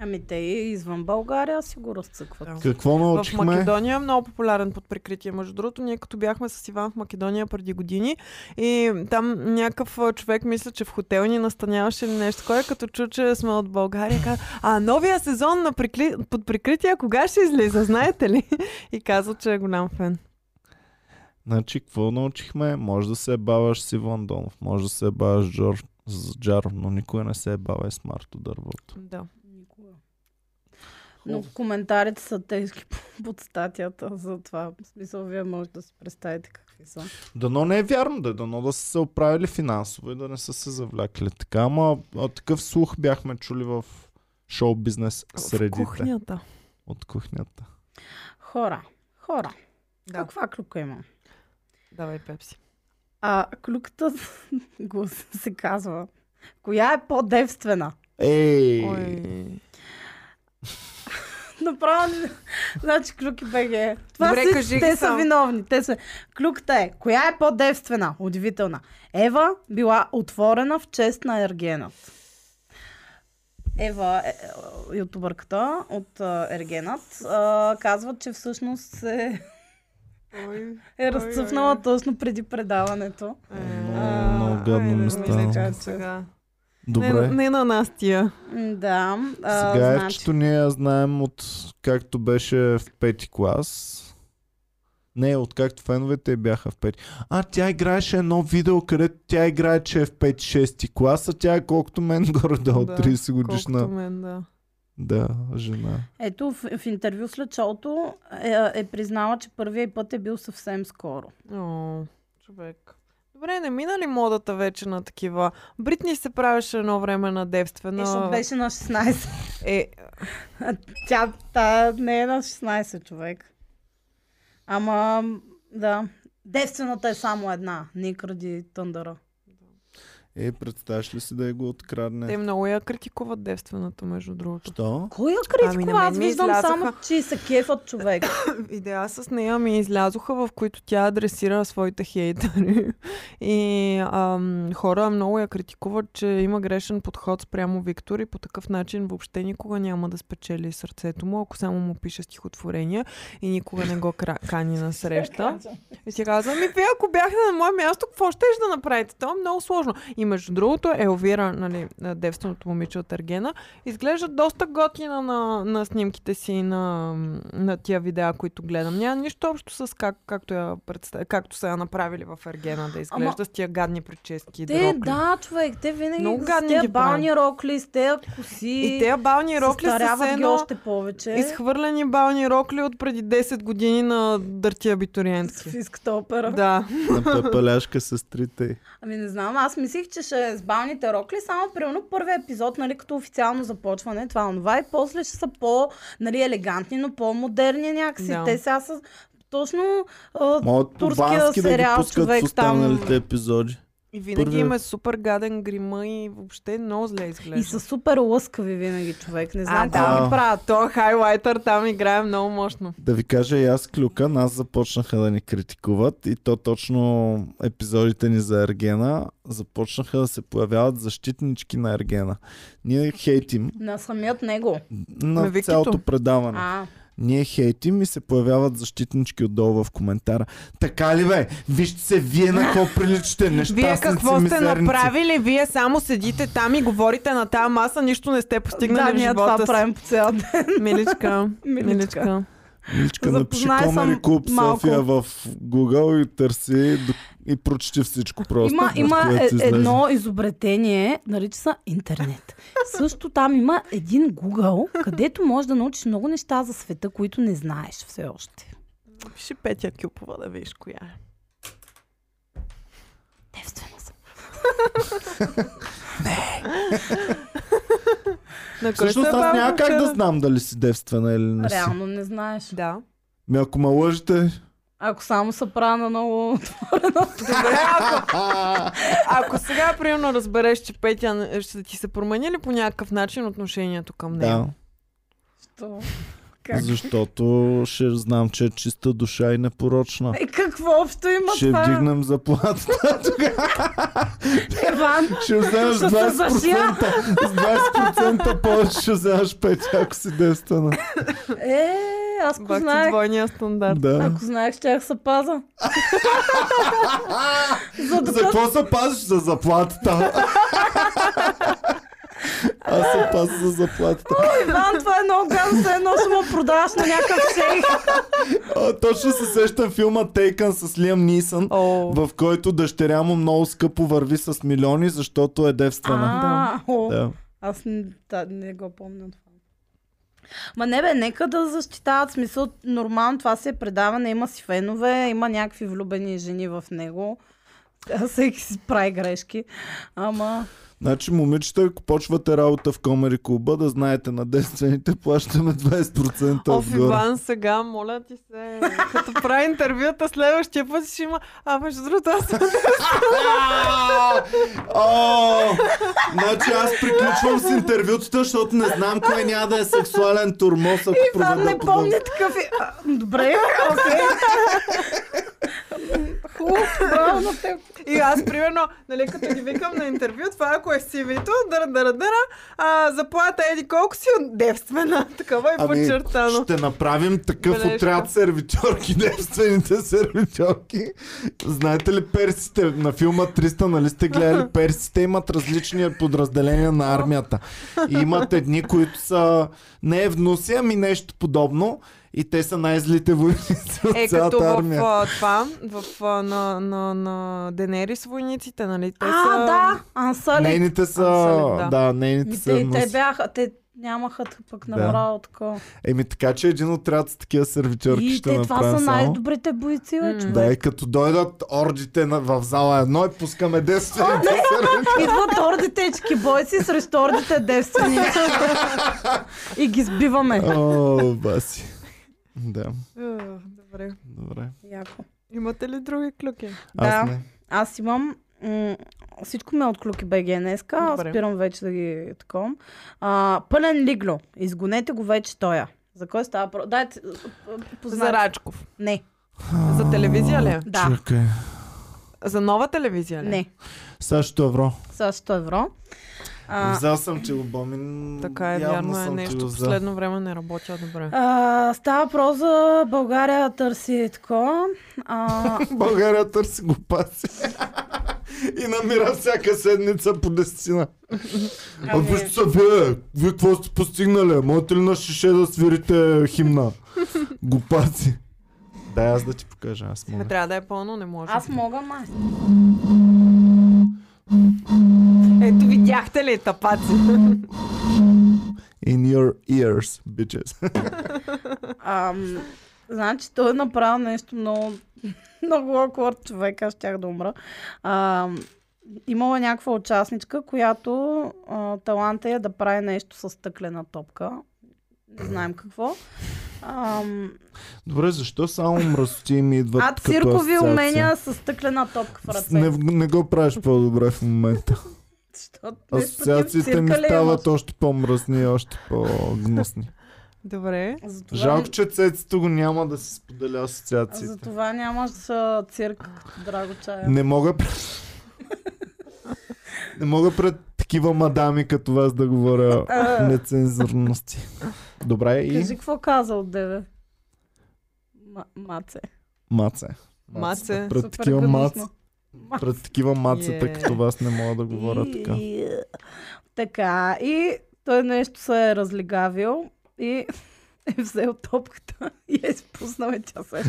D: Ами те и извън България си го разцъкват.
C: Да.
A: Какво
C: В
A: научихме?
C: Македония е много популярен под прикритие. Между другото, ние като бяхме с Иван в Македония преди години и там някакъв а, човек мисля, че в хотел ни настаняваше или нещо такова, и като чу, че сме от България, каза, а новия сезон на прикли... под прикритие кога ще излиза, знаете ли? И каза, че е голям фен.
A: Значи, какво научихме? Може да се ебаваш с Иван Донов, може да се ебаваш с Джор, с Джаро, но никога не се ебавай с Марто дървото.
C: Да.
D: Никога. Но коментарите са тежки по- под статията за това. В смисъл, вие може да си представите какви са.
A: Дано не е вярно, да дано да са се оправили финансово и да не са се завлякли. Така, ама а, такъв слух бяхме чули в шоу бизнес
C: В
A: средите.
C: кухнята.
A: От кухнята.
D: Хора, хора,
C: Да.
D: каква клюка има?
C: Давай пепси.
D: А клюката го се казва. Коя е по-девствена?
A: Ей!
C: Ой.
D: Направо, не- значи клюки БГ. Това
C: Добре,
D: Добре,
C: кажи
D: си,
C: ги
D: те са
C: само.
D: виновни. Те са... Клюката е. Коя е по-девствена? Удивителна. Ева била отворена в чест на Ергенът. Ева, е, е, ютубърката от е, Ергенът, е, казва, че всъщност се
C: Ой.
D: е
C: ой,
D: разцъфнала точно преди предаването.
C: Е,
A: Много, много гадно
C: Айде,
A: ми
C: да
A: стана.
C: ми лечат сега. Не,
A: Добре.
C: не на нас тия.
D: М, Да. А,
A: Сега е,
D: значи,
A: чето ние я знаем от както беше в пети клас. Не, от както феновете й бяха в пети. А, тя играеше едно видео, където тя играе, че е в 5-6 класа. Тя е колкото мен горе-долу,
C: Да,
A: 30 годишна.
C: Колкото мен, да.
A: Да, жена.
D: Ето, в, в интервю с лечото е, е признала, че първият й път е бил съвсем скоро.
C: О, човек. Добре, не мина ли модата вече на такива? Бритни се правеше едно време на девствена.
D: Ешо беше на 16.
C: Е,
D: Тя та, не е на 16 човек. Ама, да. Девствената е само една. Ник ради тъндъра.
A: Е, представяш ли си да я го открадне?
C: те много я критикуват девствената, между другото.
A: Що?
D: Кой я
C: Ами, на
D: критикува?
C: мен
D: Аз
C: ми
D: виждам само,
C: излязоха-
D: че се кефът човек.
C: Идея с нея ми излязоха, в които тя адресира своите хейтери. И ам, хора много я критикуват, че има грешен подход спрямо Виктор и по такъв начин въобще никога няма да спечели сърцето му, ако само му пише стихотворения и никога не го кра- кани на среща. И си казвам, ми вие ако бяхте на мое място, какво ще да направите? Това е много сложно. И между другото, Елвира, нали, девственото момиче от Аргена, изглежда доста готина на, на снимките си и на, на тия видеа, които гледам. Няма нищо общо с как, както, я представ... както са я направили в Аргена, да изглежда с тия гадни прически. и
D: Те,
C: рокли.
D: да, човек, те винаги
C: Много
D: с
C: гадни
D: тези
C: ги правят.
D: бални рокли, с тези коси.
C: И те бални рокли са
D: състаряват ги
C: се едно...
D: още повече.
C: Изхвърлени бални рокли от преди 10 години на дърти
D: С
C: абитуриентки.
D: фиската опера.
C: Да.
A: На пепеляшка с трите.
D: Ами не знам, аз мислих, че ще е с балните рокли, само примерно първият епизод, нали, като официално започване, това е онова и после ще са по, нали, елегантни, но по-модерни някакси.
C: Да.
D: Те сега са точно а,
A: Могат по
D: Турския
A: бански да ги
D: сериал,
A: пускат
D: човек,
A: в останалите епизоди.
C: И винаги
A: Първият-
C: им е супер гаден грима и въобще много зле изглежда.
D: и са супер лъскави винаги човек. Не знам
C: А,
D: какво
A: да.
D: ги правят.
C: То хайлайтър там играе много мощно.
A: Да ви кажа и аз клюка, нас започнаха да ни критикуват и то точно епизодите ни за Ергена започнаха да се появяват защитнички на Ергена. Ние хейтим
D: На самият него.
A: на
C: Викито.
A: цялото предаване.
D: А,
A: Ние хейтим и се появяват защитнички отдолу в коментара. Така ли бе? Вижте се вие на какво приличате,
C: Вие
A: нещастници,
C: какво сте
A: мизерници.
C: направили? Вие само седите там и говорите на тази маса, нищо не сте
D: да,
C: постигнали в
D: ние
C: живота
D: това
C: си.
D: правим по цял ден.
C: Миличка,
D: Миличка.
C: миличка.
A: Миличка, напиши
D: Запознай съм
A: Комери Клуб
D: малко.
A: София в Google и търси до- и прочети всичко просто.
D: Има,
A: което
D: има
A: ти
D: е,
A: излезе.
D: едно изобретение, нарича се интернет. Също там има един Google, където можеш да научиш много неща за света, които не знаеш все още.
C: Пиши Петя Кюпова да видиш коя е.
D: Девствена съм.
C: На кой
A: Всъщност
C: се
A: аз
C: бавя
A: няма как
C: вчера?
A: да знам дали си девствена или не си.
D: Реално не знаеш.
C: Да.
A: Ми ако ме лъжете...
D: Ако само са правя на много...
C: Добре, ако, ако сега примерно разбереш, че Петя не- ще ти се промени ли по някакъв начин отношението към нея?
A: Да, защото ще знам, че е чиста душа и непорочна.
D: Е, какво общо има
A: Ще
D: това?
A: вдигнем заплатата тогава.
D: Иван,
A: Ще вземеш
D: Ще се
A: 20%. С 20% повече ще вземеш Петя, ако си девствена.
D: е, аз го
C: Бах ти
D: знаех.
C: двойния стандарт.
A: Да.
D: Ако знаех, щях се паза. За
A: За
D: докато
A: какво се пазиш? За заплатата. Аз се пазя за заплатата.
D: Иван, това е много гадно, все едно ще му продаваш на някакъв шейх.
A: А, точно се сещам филма Taken с Лиам Нисън,
C: О,
A: в който дъщеря му много скъпо върви с милиони, защото е девствена.
D: А, о.
A: Да.
D: Аз не, да, не го помня това. Ма не бе, нека да защитават смисъл. Нормално това си е предаване, има си фенове, има някакви влюбени жени в него. А, Всеки си прави грешки. Ама...
A: Значи, момичета, ако почвате работа в Комери клуба, да знаете, на девствените плащаме 20%
C: Оф,
A: отгоре.
C: Иван, сега, моля ти се, като прави интервюта, следващия път ще има... А, между другото, аз съм
A: А! О! Значи аз приключвам с интервютата, защото не знам кой няма да е сексуален турмоз, ако
D: Иван
A: проведа
D: не
A: подобно.
D: помни такъв... и- А, Добре, окей. Хубаво, браво на теб.
C: И аз, примерно, нали, като ги викам на интервю, това ако е CV-то, дъра, дъра, дъра, а, заплата еди колко си от девствена, такава е подчертано.
A: Ами, ще направим такъв
C: Бележка.
A: отряд сервитьорки, девствените сервитьорки. Знаете ли персите? На филма 300, нали сте гледали? Персите имат различни подразделения на армията. И имат едни, които са не е внуси, ами нещо подобно. И те са най-злите войници от
C: Е,
A: цялата
C: като в
A: армия.
C: а, това, в, а, на, на, на Денерис войниците, нали? Те
D: А,
C: са...
D: да, Ансалит.
A: Нейните са...
C: Абсолютно,
A: да. нейните
D: Ми,
A: са...
D: те,
A: нос-
D: те бяха, те нямаха пък на
A: Да.
D: морал такова.
A: Еми така, че един отряд с такива сервитьорки
D: И
A: ще
D: те това са
A: направим само.
D: най-добрите бойци,
C: М.
D: вече.
A: Да, и като дойдат ордите на, в зала едно и пускаме 10 сервитьорки.
D: Идват ордитечки бойци срещу ордите девствени. и ги сбиваме.
A: О, баси. Да,
C: Е, Добре.
A: добре.
D: Яко.
C: Имате ли други клюки?
D: Да.
A: Аз не.
D: Аз имам... М- всичко ме е от Клюки БГ днеска. Аз
C: Добре.
D: спирам вече да ги таковам. А, пълен лигло. Изгонете го вече тоя. За кой става про... Дайте...
C: За
D: Познат.
C: Рачков.
D: Не.
C: За телевизия ли? е?
D: Да.
A: Чакай.
C: За нова телевизия ли? е?
D: Не.
A: САЩ евро.
D: Сега 100 евро. А,
A: Взел съм ти го, Бомин.
C: Така е,
A: Явно
C: вярно е
A: съм ти
C: нещо.
A: го взел.
C: Последно време не работя добре.
D: а, става въпрос за България търси такова. А,
A: България търси го паси. и намира всяка седмица по десетина. А
D: Ами-
A: вижте се, вие, вие какво сте постигнали? Можете ли на шише да свирите химна? Глупаци. Да, аз да ти покажа, аз мога.
C: Ме трябва да е пълно, не може.
D: аз мога, май.
C: Ето видяхте ли тапаци?
A: In your ears, bitches.
D: Ам, значи той е направил нещо много, много awkward човек, аз щях да умра. Ам, имала е някаква участничка, която а, таланта е да прави нещо с стъклена топка. Не знаем какво. Ам,
A: Добре, защо само мръсоти ми идват
D: а
A: като
D: циркови
A: асоциация?
D: умения с стъклена топка в
A: С-
D: ръце.
A: Не, не го правиш по-добре в момента.
D: Защото нещо против
A: Асоциациите ми
D: цирка ли е,
A: стават
D: имаш?
A: още по-мръсни и още по-гнусни.
C: Добре.
D: Затова-
A: Жалко, че цецето го няма да си споделя асоциациите.
D: Затова е. нямаш а, цирк като драго чая.
A: Не мога пред... Не мога пред такива мадами като вас да говоря
D: А.
A: нецензурности. Добре и
D: Кажи какво каза от деве. М- маце.
A: маце.
C: Маце.
A: Пред
D: Супер
A: такива маце.
D: гнусно.
A: Пред такива мацета
C: Е.
A: като вас не мога да говоря
D: И-
A: така.
D: Така. И той нещо се е разлигавил и е взел топката и е спуснал и тя се.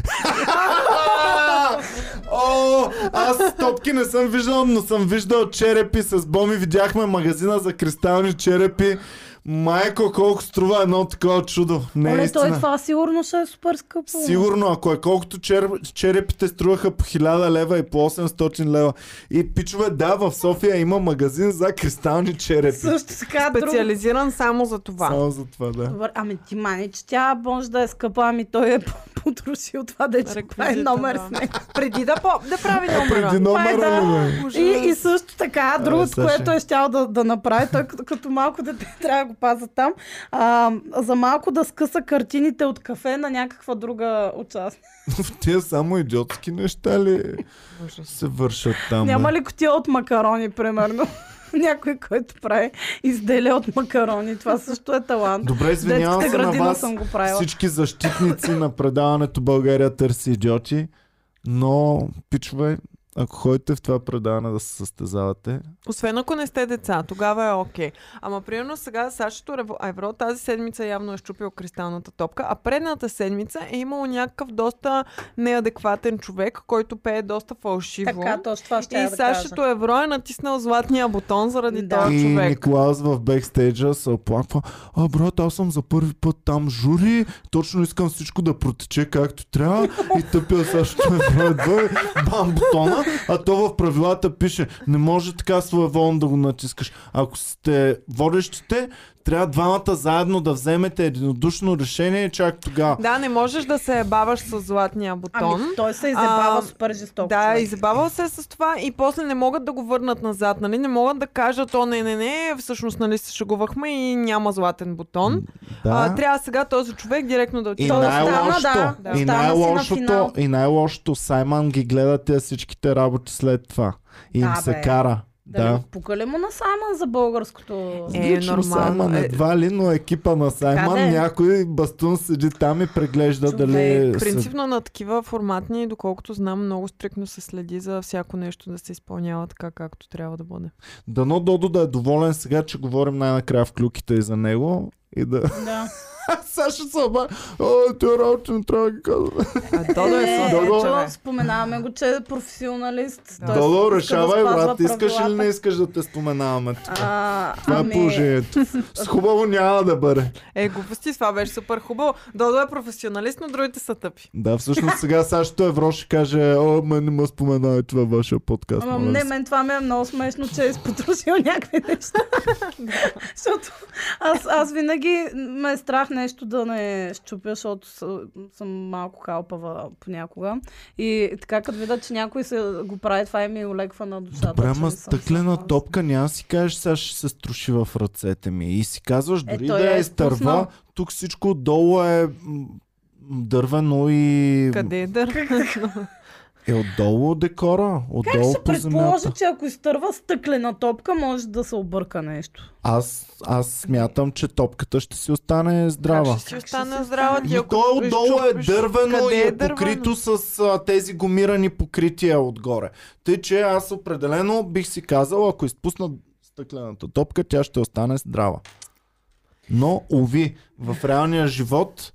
A: О, аз топки не съм виждал, но съм виждал черепи с боми. Видяхме магазина за кристални черепи. Майко, колко струва едно такова чудо. Не е
D: Оле, той
A: истина.
D: това сигурно ще е супер скъпо.
A: Сигурно, ако е колкото чер- черепите струваха по 1000 лева и по 800 лева. И пичове, да, в София има магазин за кристални черепи.
D: Също така друг...
C: Специализиран само за това.
A: Само за това, да.
D: Добър, ами ти мани, че тя може да е скъпа, ами той е по- потрошил това дече. Това е
C: Реквизита,
D: номер
C: да.
D: с него.
C: Преди да, по... да прави номера.
A: Е, Преди номера,
D: е да.
A: бе.
D: И, и също така,
A: Абе,
D: другото,
A: Саши.
D: което е щял да, да направи, той като, като малко дете трябва да го паза там, а, за малко да скъса картините от кафе на някаква друга участник.
A: В Тия само идиотски неща ли
C: Ужас.
A: се вършат там? бе?
D: Няма ли котия от макарони, примерно? Някой, който прави изделия от макарони. Това също е талант.
A: Добре,
D: В
A: извинявам
D: Детската
A: се на
D: градина
A: вас,
D: съм го правила.
A: всички защитници на предаването България търси идиоти, но, пичове, ако ходите в това предаване да се състезавате,
C: Освен ако не сте деца, тогава е окей. Ама примерно сега Сашето Рево- Евро тази седмица явно е щупил кристалната топка, а предната седмица е имало някакъв доста неадекватен човек, който пее доста фалшиво.
D: Така, точно това ще
C: и
D: да кажа.
C: Сашето Евро е натиснал златния бутон заради
D: Да.
C: този
A: И
C: човек.
A: Николаус в бекстейджа се оплаква. А, брат, аз съм за първи път там жури. Точно искам всичко да протече както трябва. И тъпия също едва е бам бутона. А то в правилата пише, не може така своеволно да го натискаш. Ако сте водещите, трябва двамата заедно да вземете единодушно решение и чак тогава.
C: Да, не можеш да се ебаваш с златния бутон.
D: Ами, той се изебава
C: А,
D: супер жестоко.
C: Да,
D: човек.
C: избавал се е с това и после не могат да го върнат назад, нали? Не могат да кажат, о, не, не, не, всъщност, нали, се шегувахме и няма златен бутон. А, трябва сега този човек директно да
A: И
C: отиде.
D: Той
A: най-лошото,
D: остана, да.
A: и
D: Остана си на
A: най-лошото,
D: финал.
A: и най-лошото, Саймън ги гледа тези всичките работи след това. И им
D: Да,
A: се
D: бе.
A: кара.
D: Да.
A: Да.
D: да. Пукали му на Саймън за българското...
C: Е,
A: Лично
C: нормално.
A: Саймън
C: Е.
A: едва ли, но екипа на Саймън,
D: да е.
A: някой бастун седи там и преглежда
D: Човек,
A: дали... е се-
C: Принципно на такива форматни, доколкото знам, много стрикно се следи за всяко нещо да се изпълнява така, както трябва да бъде.
A: Дано Додо да е доволен сега, че говорим най-накрая в клюките и за него. И да...
D: Да.
A: Аз сега ще се оба. О, тия работи не трябва да ги казвам.
C: А Додо е
D: Е,
A: Додо.
C: сладко,
D: ето,
C: чове.
D: споменаваме го, че е професионалист. Той иска
A: Долу,
D: да
A: решавай,
D: спазва
A: брат. Искаш ли
D: правилата.
A: не искаш да те споменаваме?
D: А, ами,
A: Това е положението. С хубаво няма да бъде.
C: Е, глупости, това беше супер хубаво. Додо е професионалист, но другите са тъпи.
A: Да, всъщност сега Сашто Евро ще каже, о, мен не ме споменава това е вашия подкаст.
D: Ама
A: моля
D: не,
A: се».
D: мен това ми е много смешно, че е изпотрошил някакви неща. защото аз, аз винаги ме е страх нещо да не щупя, защото съ- съм малко калпава понякога. И така, като видя, че някой се го прави, това и ми олеква на душата.
A: Добре,
D: че
A: ама
D: не
A: с
D: съм
A: тъклена
D: сама.
A: топка няма да си кажеш, сега ще се струши в ръцете ми. И си казваш,
D: Е,
A: дори
D: той
A: да
D: я
A: е
D: е
A: изтърва,
D: спуснал.
A: тук всичко отдолу е м, дървено и...
C: Къде е дър?
A: Е отдолу декора,
D: Как
A: отдолу по
D: ще предположа,
A: земята.
D: че ако изтърва стъклена топка, може да се обърка нещо?
A: Аз, аз смятам, че топката ще си остане здрава.
C: Ще си остане здрава ти,
A: И
C: ако
A: то отдолу е
C: изчупиш.
A: дървено
C: Къде
A: и е
C: дървено?
A: покрито с а, тези гумирани покрития отгоре. Тъй, че аз определено бих си казал, ако изпусна стъклената топка, тя ще остане здрава. Но, уви, в реалния живот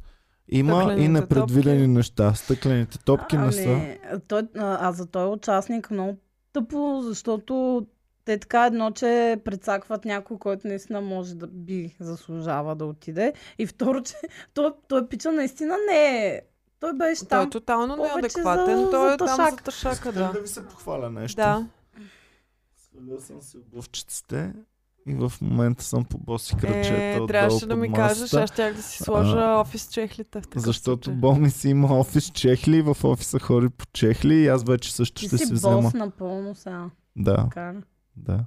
A: има и
C: Стъклените
A: непредвидени неща. Стъклените топки не са.
D: а, Ами, Той, а, а за той участник много тъпо, защото те така едно, че прецакват някой, който наистина може да би заслужава да отиде. И второ, че той, той пича наистина не е. Той беше
C: Той е
D: там.
C: тотално
D: повече
C: неадекватен.
D: за-
C: Той е
D: за
C: там
D: тъшак.
C: за тъшака,
A: Искате ли
C: да.
A: да ви се похваля нещо?
C: Да.
A: Свалил съм си обувчиците и в момента съм по боси кръчета
C: Е,
A: отдолу
C: трябваше да
A: под
C: ми
A: масата.
C: кажеш, аз щях да си сложа офис чехлите. в такъв
A: Защото
C: случай.
A: Боми си има офис чехли, в офиса ходи по чехли и аз вече също
D: Ти
A: ще си,
D: си
A: взема.
D: бос напълно сега.
A: Да,
D: Така. ли?
A: да.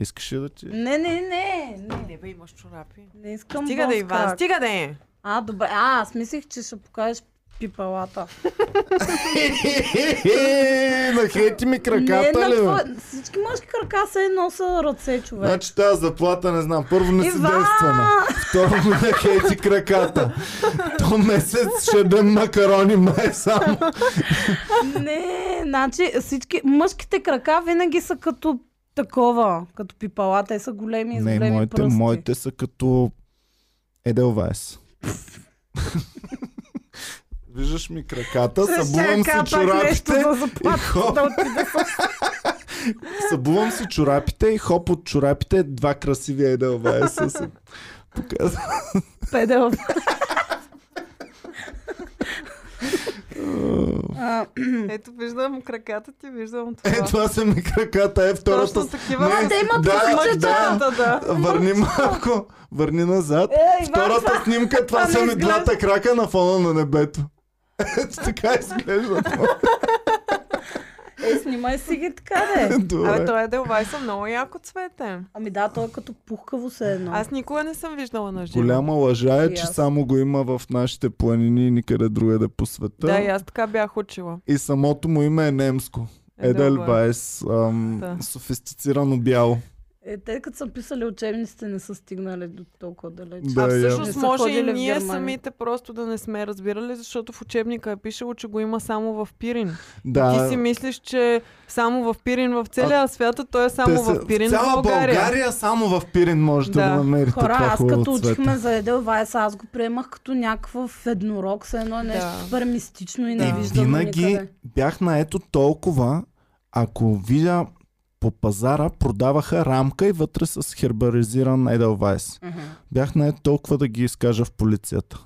A: Искаш ли да ти...
D: Не, не, не.
C: Е,
D: Не,
E: Не бе, имаш чорапи.
D: не искам
C: Стига да,
D: бос
C: Иван,
D: крак.
C: стига да е.
D: А, добре. А, аз мислих, че ще покажеш пипалата.
A: Нахрети ми краката
D: не,
A: ли? е? бе?
D: на твое... Всички мъжки крака са едно са ръце, човек.
A: Значи тази заплата, не знам, първо не си
D: Иван!
A: действана, второ ми нахети краката. То месец ще дам макарони май само.
D: Не, значи всички мъжките крака винаги са като такова, като пипала. Те са големи, с
A: Не,
D: големи
A: моите,
D: пръсти.
A: моите са като Еделвайс. Виждаш ми краката,
D: Ще
A: събувам си
D: чака пак
A: чорапите,
D: нещо за заплата,
A: и хоп.
D: да отида.
A: събувам си чорапите и хоп от чорапите два е красиви Еделвайса се показват.
D: Педел. А,
C: Ето, виждам краката ти, виждам това.
A: Е, това са ми краката, е втората.
C: Точно такива
A: Не,
C: са.
D: те имат
A: да,
D: косичета.
A: да.
C: Да, да.
A: Върни малко, върни назад.
D: Е, Иван,
A: Втората снимка, това
D: това
A: са
D: не
A: ми
D: изглежда.
A: двата крака на фона на небето. Ето така изглеждат.
D: е, снимай си ги така, де.
C: Абе,
A: Добре.
C: той е Делвайса много яко цвете.
D: Ами да, то е като пухкаво се е, едно.
C: Аз никога не съм виждала на живо.
A: Голяма лъжа е,
D: И
A: че
D: аз.
A: само го има в нашите планини и никъде другаде по света.
C: Да, и аз така бях учила.
A: И самото му име е немско. Едельвайс, ам,
C: Да.
A: софистицирано бяло.
D: Е, те като са писали учебниците не са стигнали до толкова далеч.
A: Да.
C: А
A: явно.
D: Не
C: всъщност
D: са
C: може и
D: ходили в
C: ние
D: Германия.
C: самите просто да не сме разбирали, защото в учебника е пишело, че го има само в Пирин.
A: Да.
C: Ти си мислиш, че само в Пирин в целия свят, а той е
A: Те
C: само
A: са-
C: в Пирин в
A: цяла
C: България.
A: само в Пирин може да,
C: Да.
A: го намерите
D: Хора,
A: това е
D: аз
A: хубаво
D: като
A: цвете.
D: учихме за Едел Вайс, аз го приемах като някакъв еднорог, се едно е нещо
C: Да.
D: супер мистично и
A: Е,
D: невиждано
A: винаги
D: никъде.
A: бях на ето толкова, ако видя по пазара продаваха рамка и вътре с хербаризиран Едълвайс.
D: Мгм.
A: Бях на ето толкова да ги изкажа в полицията.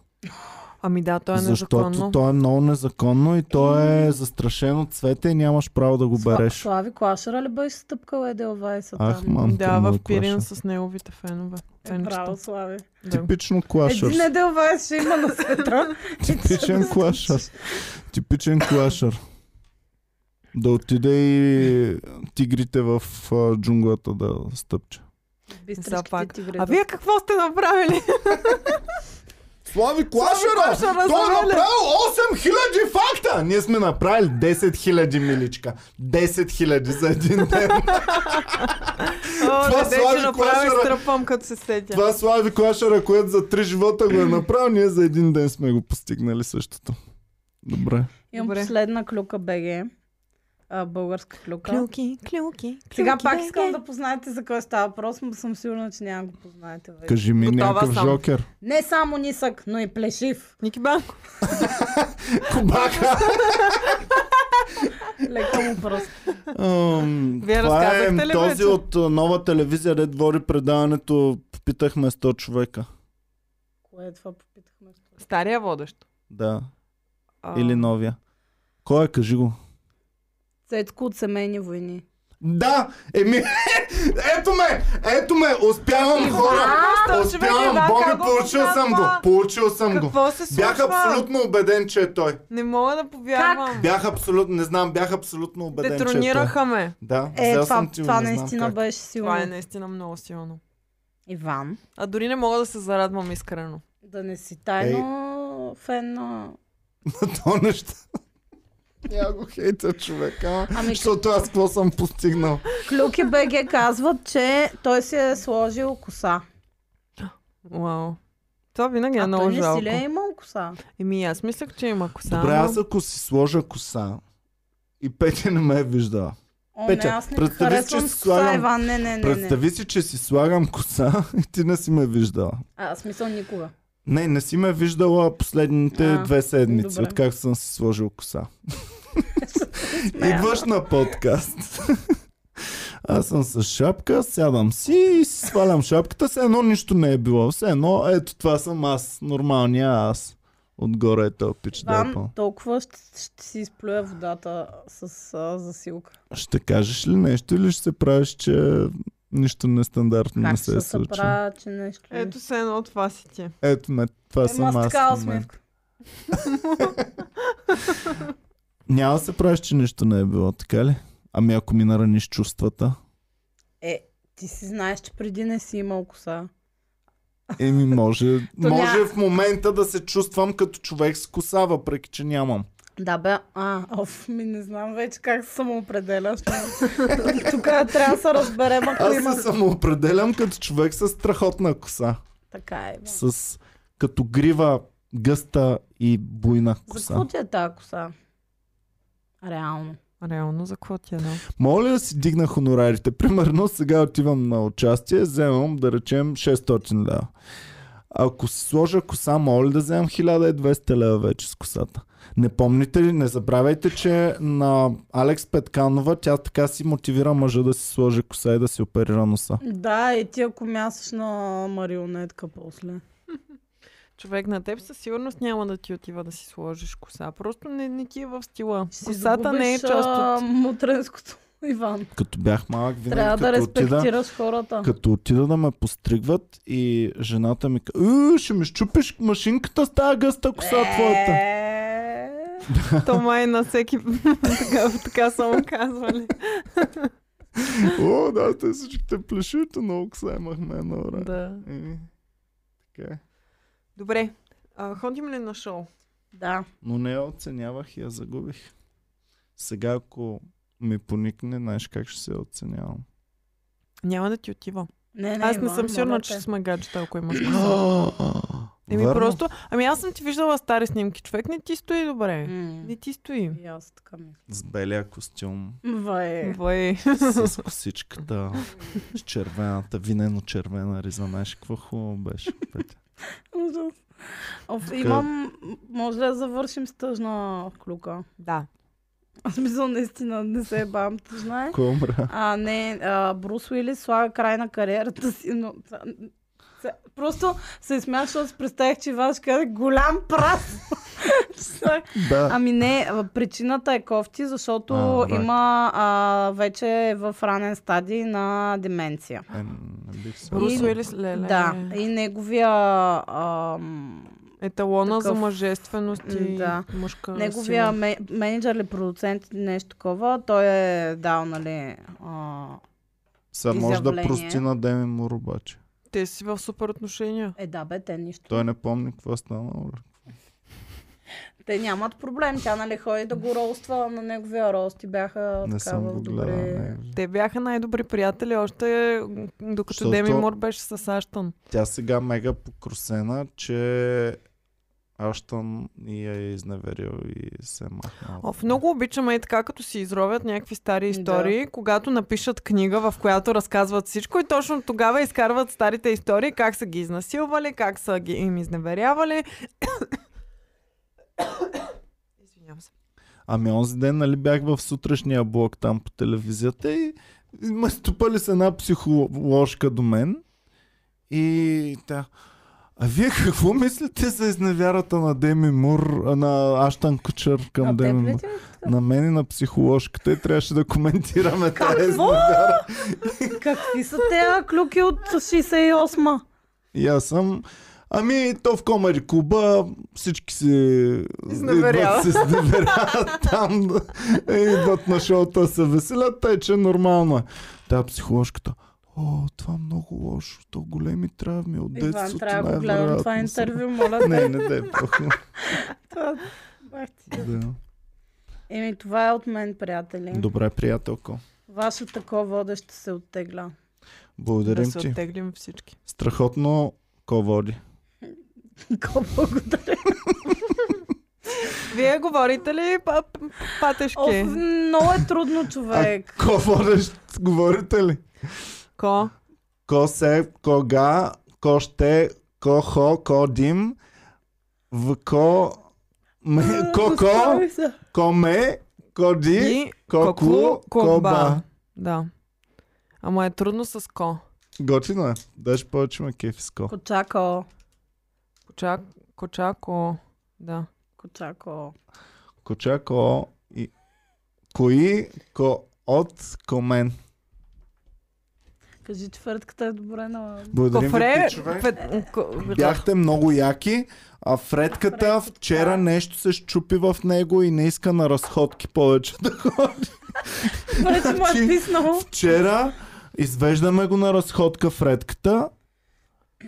C: Ами да, той е
A: Защото
C: незаконно.
A: то е много незаконно и то е застрашено цвете и нямаш право да го
D: Сла-
A: береш.
D: Слави Клашера ли беше стъпкал Едел Вайса
A: Ах,
D: там?
A: мам,
C: Да, в Пирин с неговите фенове.
D: Е,
C: Фенчета.
D: браво, Слави.
C: Да.
A: Типично клашър.
D: Един Едел Вайс ще има на света.
A: Типичен клашър. Типичен клашър. Да отиде и тигрите в а, джунглата да стъпче.
C: За
D: Бистричките
C: пак.
D: тигри.
C: А вие какво сте направили?
A: Слави
C: Клашера заваля!
A: 8000 факта! Ние сме направили 10 000 миличка. 10 000 за един ден.
C: О,
A: Това
C: не дей,
A: Слави
C: че направих
A: Клашера.
C: стръпвам, като се сетя.
A: Това Слави Клашера, което за три живота го е направил, ние за един ден сме го постигнали същото. Добре.
D: Имам
C: Добре.
D: последна клюка БГ. а, българска клюка.
E: Клюки, клюки,
D: Сега
E: клюки,
D: пак
E: бе,
D: искам
E: бе.
D: да познаете за кой става въпрос, но съм сигурна, че няма го познаете. вече.
A: Кажи ми
C: Е, Готова
A: някакъв
C: съм.
A: жокер.
D: Не само нисък, но и плешив.
C: Ники Банко.
A: Кубака!
D: Лека му пръст.
A: Ам,
C: Вие
A: това е
C: разказахте ли
A: този
C: вече?
A: от а, нова телевизия, ред води предаването. Питахме 100 човека.
D: Кое е това, попитахме.
C: Стария водещ.
A: Да.
C: А,
A: Или новия. Кой е? Кажи го.
D: Цецко от семейни войни.
A: Да, еми, ето ме, ето ме, успявам хора.
C: Иван,
A: Успявам,
C: Иван,
A: Боми,
C: как го
A: получил съм го,
C: показва?
A: получил съм го.
C: Какво се случва?
A: Бях абсолютно убеден, че е той.
C: Не мога да повярвам.
A: Бях абсолютно, не знам, бях абсолютно убеден, че е той.
C: Детронираха ме.
A: Да,
D: Е,
A: взел
D: това,
A: съм ти го,
D: това
A: не знам
D: наистина
A: как.
D: беше силно.
C: Това е наистина много силно.
D: Иван,
C: А дори не мога да се зарадвам искрено.
D: да не си тайно фен на...
A: То неща. Няма го хейта човека,
D: Ами,
A: защото аз какво съм постигнал.
D: Клюки БГ казват, че той си е сложил коса.
C: Вау. Това винаги е
D: а
C: много
D: той не си
C: жалко.
D: ли е имал коса?
C: Еми аз мислех, че има коса.
A: Добре,
C: но-
A: аз ако си сложа коса и Петя не ме е виждала.
D: О,
A: Петя,
D: не, аз не
A: представи си,
D: харесвам
A: че
D: с
A: си
D: коса,
A: слагам-
D: Иван. Не, не, не, не.
A: Представи си, че си слагам коса и ти не си ме е виждала.
D: А, смисъл никога.
A: Не, не си ме е виждала последните
D: А,
A: а, две седмици,
D: добре.
A: откакто съм си сложил коса. Идваш на подкаст. Аз съм с шапка, сядам си и си свалям шапката. Все едно нищо не е било. Все едно, ето това съм аз, нормалния аз. Отгоре е този пич
D: Иван,
A: дърпа.
D: толкова ще, ще си изплюя водата с а, засилка.
A: Ще кажеш ли нещо или ще се правиш, че нищо нестандартно не
D: Как
A: се е
D: ще се
A: случило?
D: правя, че нещо... не-
C: Ето се едно от това си ти.
A: Ето ме, това
D: Ема
A: съм
D: с
A: аз.
D: такава
A: в момента.
D: усмивка.
A: Няма да се правиш, че нищо не е било, така ли? Ами ако ми нараниш чувствата.
D: Е, ти си знаеш, че преди не си имал коса.
A: Еми може,
D: То
A: може
D: ня-
A: в момента да се чувствам като човек с коса, въпреки че нямам.
D: Да бе, а, оф, ми не знам вече как се самоопределяш. но Тук трябва да се разберем, ако
A: Аз
D: има...
A: се самоопределям като човек с страхотна коса.
D: Така е. бе.
A: С като грива гъста и буйна
D: За
A: коса.
D: какво ти е тази коса? Реално.
C: Реално, за какво ти е едно?
A: Моля да си дигна хонорарите. Примерно сега отивам на участие, вземам да речем 600 лева. Ако си сложа коса, моля да вземам 1200 лева вече с косата. Не помните ли, не забравяйте, че на Алекс Петканова тя така си мотивира мъжа да си сложи коса и да си оперира носа.
D: Да, и ти ако мясаш на марионетка после.
C: Човек на теб със сигурност няма да ти отива да си сложиш коса. Просто не, не ти е в стила.
D: Ще си
C: Косата не е
D: загубиш,
C: част
D: а,
C: от...
D: Мутренското, Иван.
A: Като бях малък, винаги
D: Трябва да
A: като отида,
D: респектираш хората.
A: Като отида да ме постригват и жената ми казва, ще ми щупиш машинката с тази гъста коса твоята.
D: Е,
C: То май на всеки така, така са му казвали.
A: О, да, те всичките плешите много коса имахме едно време.
C: да.
A: Еми, така е.
C: Добре, а, ходим ли на шоу?
D: Да.
A: Но не я оценявах и я загубих. Сега ако ми поникне, знаеш как ще се оценявам.
C: Няма да ти отива.
D: Не, не,
C: Аз не
D: Иван,
C: съм сигурна,
D: моля
C: че
D: те.
C: сме гаджета, ако имаш коса. Еми
A: Верно.
C: просто... Ами аз съм ти виждала стари снимки. Човек не ти стои добре.
D: М,
C: Не ти стои.
D: И аз така мисля.
A: С белия костюм,
D: Вае.
C: Бай.
A: с косичката, с червената, винено червена риза. Знаеш какво хубаво беше, Петя?
D: Ужас. Оф, имам... Може ли да завършим с тъжна клюка?
C: Да.
D: Аз мисля, наистина не се бам тъжна е.
A: Кой умря?
D: А, не, а, Брус Уилис слага край на кариерата си, но... Се- Просто се смях, защото си представих, че Иван ще каже голям прас.
A: Да.
D: ами не, а, причината е кофти, защото
A: А, right.
D: има а, вече е в ранен стадий на деменция.
A: Е,
C: Ами,
A: не бих се
C: Брус
A: радвал.
C: Уилис, леле.
D: Да, и неговия ам,
C: Еталона за
D: Такъв.
C: мъжественост и
D: Да.
C: мъжка
D: Неговия
C: сила.
D: ме, менеджер или продуцент, нещо такова, той е дал, нали, а,
A: Сега може да
D: изявление.
A: прости на Деми Мур обаче.
C: Те си в супер отношения.
D: е да бе, те нищо.
A: Той не помни какво е станало. бе.
D: Те нямат проблем, тя нали ходи да го роуства на неговия рост и бяха
A: Не
D: така
A: съм
D: в
A: го гледал.
D: добри...
A: не. е.
C: Те бяха най-добри приятели още е, докато
A: Защото-
C: Деми Мор беше с Аштън.
A: Тя сега мега покрусена, че Аштън и я е изневерил и се е махнал.
C: Оф, много обичаме и така, като си изровят някакви стари истории, да. когато напишат книга, в която разказват всичко и точно тогава изкарват старите истории, как са ги изнасилвали, как са ги им изневерявали. Извинявам се.
A: Ами онзи ден, нали, бях в сутрешния блок там по телевизията и и ме стопали с една психоложка до мен и тя... А вие какво мислите за изневярата на Деми Мур, а, на Аштан Кучър към
D: А те
A: Деми Мур?
D: влетя ли?
A: На мен и на психоложката и трябваше да коментираме тази
D: Какво?
A: изневяра.
D: Какви са те клюки от 68-ма?
A: И аз съм... Ами, то в Комари Куба всички се идват,
C: Изневеряват.
A: се изневеряват там, да, и идват на шоута, се веселят, тъй че е нормално е. Та психоложката. О, това е много лошо. То големи травми от детството.
D: Иван, трябва да го гледам това е
A: най-вероятно са.
D: интервю, моля. те.
A: Не, не, да е по-хубаво.
D: Това- бах ти.
A: Да.
D: Еми, това е от мен, приятели.
A: Добре, приятелко.
D: Ваше такова водеще се оттегля.
C: Да
A: Благодарим
C: се
A: ти.
C: оттеглим всички.
A: Страхотно ко води.
D: Какво благодаря.
C: Вие говорите ли па- патешки?
D: Оф, много е трудно,
A: А
D: човек.
A: ко водещ, говорите ли?
C: Ко?
A: Ко се, кога, ко ще, ко хо, ко дим, в ко, ме, ко ко,
D: Остави се.
A: ко ме, ко ди,
C: И
A: ко ку, ко ба.
C: Да. Ама е трудно с ко.
A: Готино е. Даже повече ме кефи с ко.
D: Кочако.
C: Кочак, кочако. Да.
D: Кочако.
A: Коча, ко и... Кои, ко от, ко мен.
D: Кажи четвъртката е добре на...
A: Благодарим ви,
C: Кофре.
A: пичове.
C: Фе, ко,
A: Бяхте много яки, а Фредката вчера нещо се щупи в него и не иска на разходки повече да ходи.
D: Добре, че му е
A: Значи-
D: писнало.
A: Вчера извеждаме го на разходка Фредката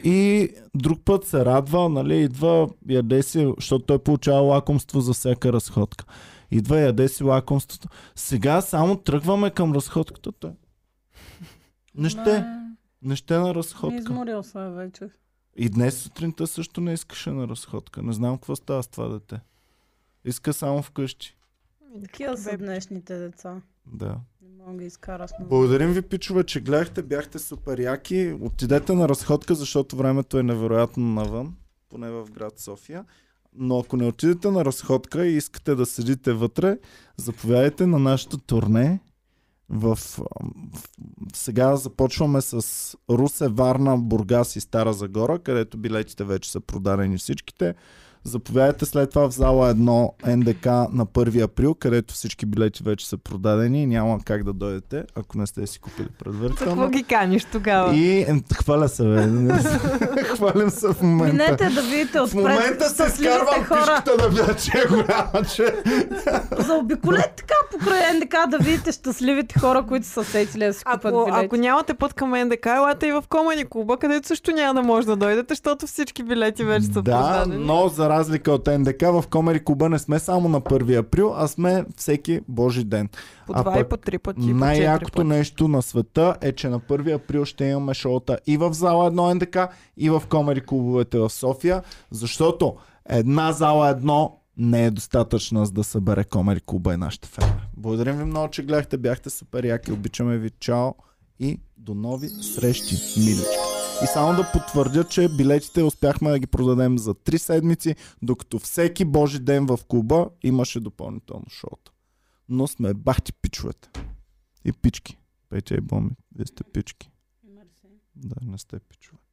A: и друг път се радва, нали, идва, яде си, защото той получава лакомство за всяка разходка. Идва, яде си лакомството. Сега само тръгваме към разходката. Той. Не ще, не ще на
D: Ме,
A: разходка.
D: Изморил се е вече.
A: И днес сутринта също не искаше на разходка. Не знам какво става с това дете. Иска само вкъщи.
D: Такива са
C: Бебе.
D: днешните деца.
A: Да.
D: Не мога да ги изкара с много.
A: Благодарим ви, пичове, че гледахте. Бяхте супер яки. Отидете на разходка, защото времето е невероятно навън. Поне в град София. Но ако не отидете на разходка и искате да седите вътре, заповядайте на нашето турне. В, в, сега започваме с Русе, Варна, Бургас и Стара Загора, където билетите вече са продадени всичките. Заповядайте след това в зала 1 НДК на 1 април, където всички билети вече са продадени и няма как да дойдете, ако не сте си купили
C: Какво
A: предварително.
C: ги каниш тогава?
A: И ем, хваля се, бе. Хвалям се в момента.
D: Минете да видите
A: В
D: отпред
A: момента се
D: щастливите
A: скарвам
D: хора.
A: пишката да видя, че е голяма, че...
D: Заобиколете така покрай НДК да видите щастливите хора, които са сетили да си купят
C: Ако, ако
D: билети.
C: нямате път към НДК, елате и в Комани клуба, където също няма да може да дойдете, защото всички билети вече
A: Да,
C: са продадени.
A: но за разлика от НДК, в Комери Куба не сме само на 1 април, а сме всеки божи ден.
C: По
A: а
C: два и
A: пък
C: по три пъти. и по четири
A: Най-якото
C: пъти.
A: нещо на света е, че на 1 април ще имаме шоута и в зала 1 НДК, и в Комери клубовете в София, защото една зала 1 не е достатъчна за да събере Комери клуба и нашите фенове. Благодарим ви много, че гледахте, бяхте супер яки, обичаме ви, чао и до нови срещи, милички. И само да потвърдя, че билетите успяхме да ги продадем за 3 седмици, докато всеки божи ден в клуба имаше допълнително шоута. Но сме бахти пичовете. И пички. Петя и Боми, вие сте пички. Да, не сте пичове.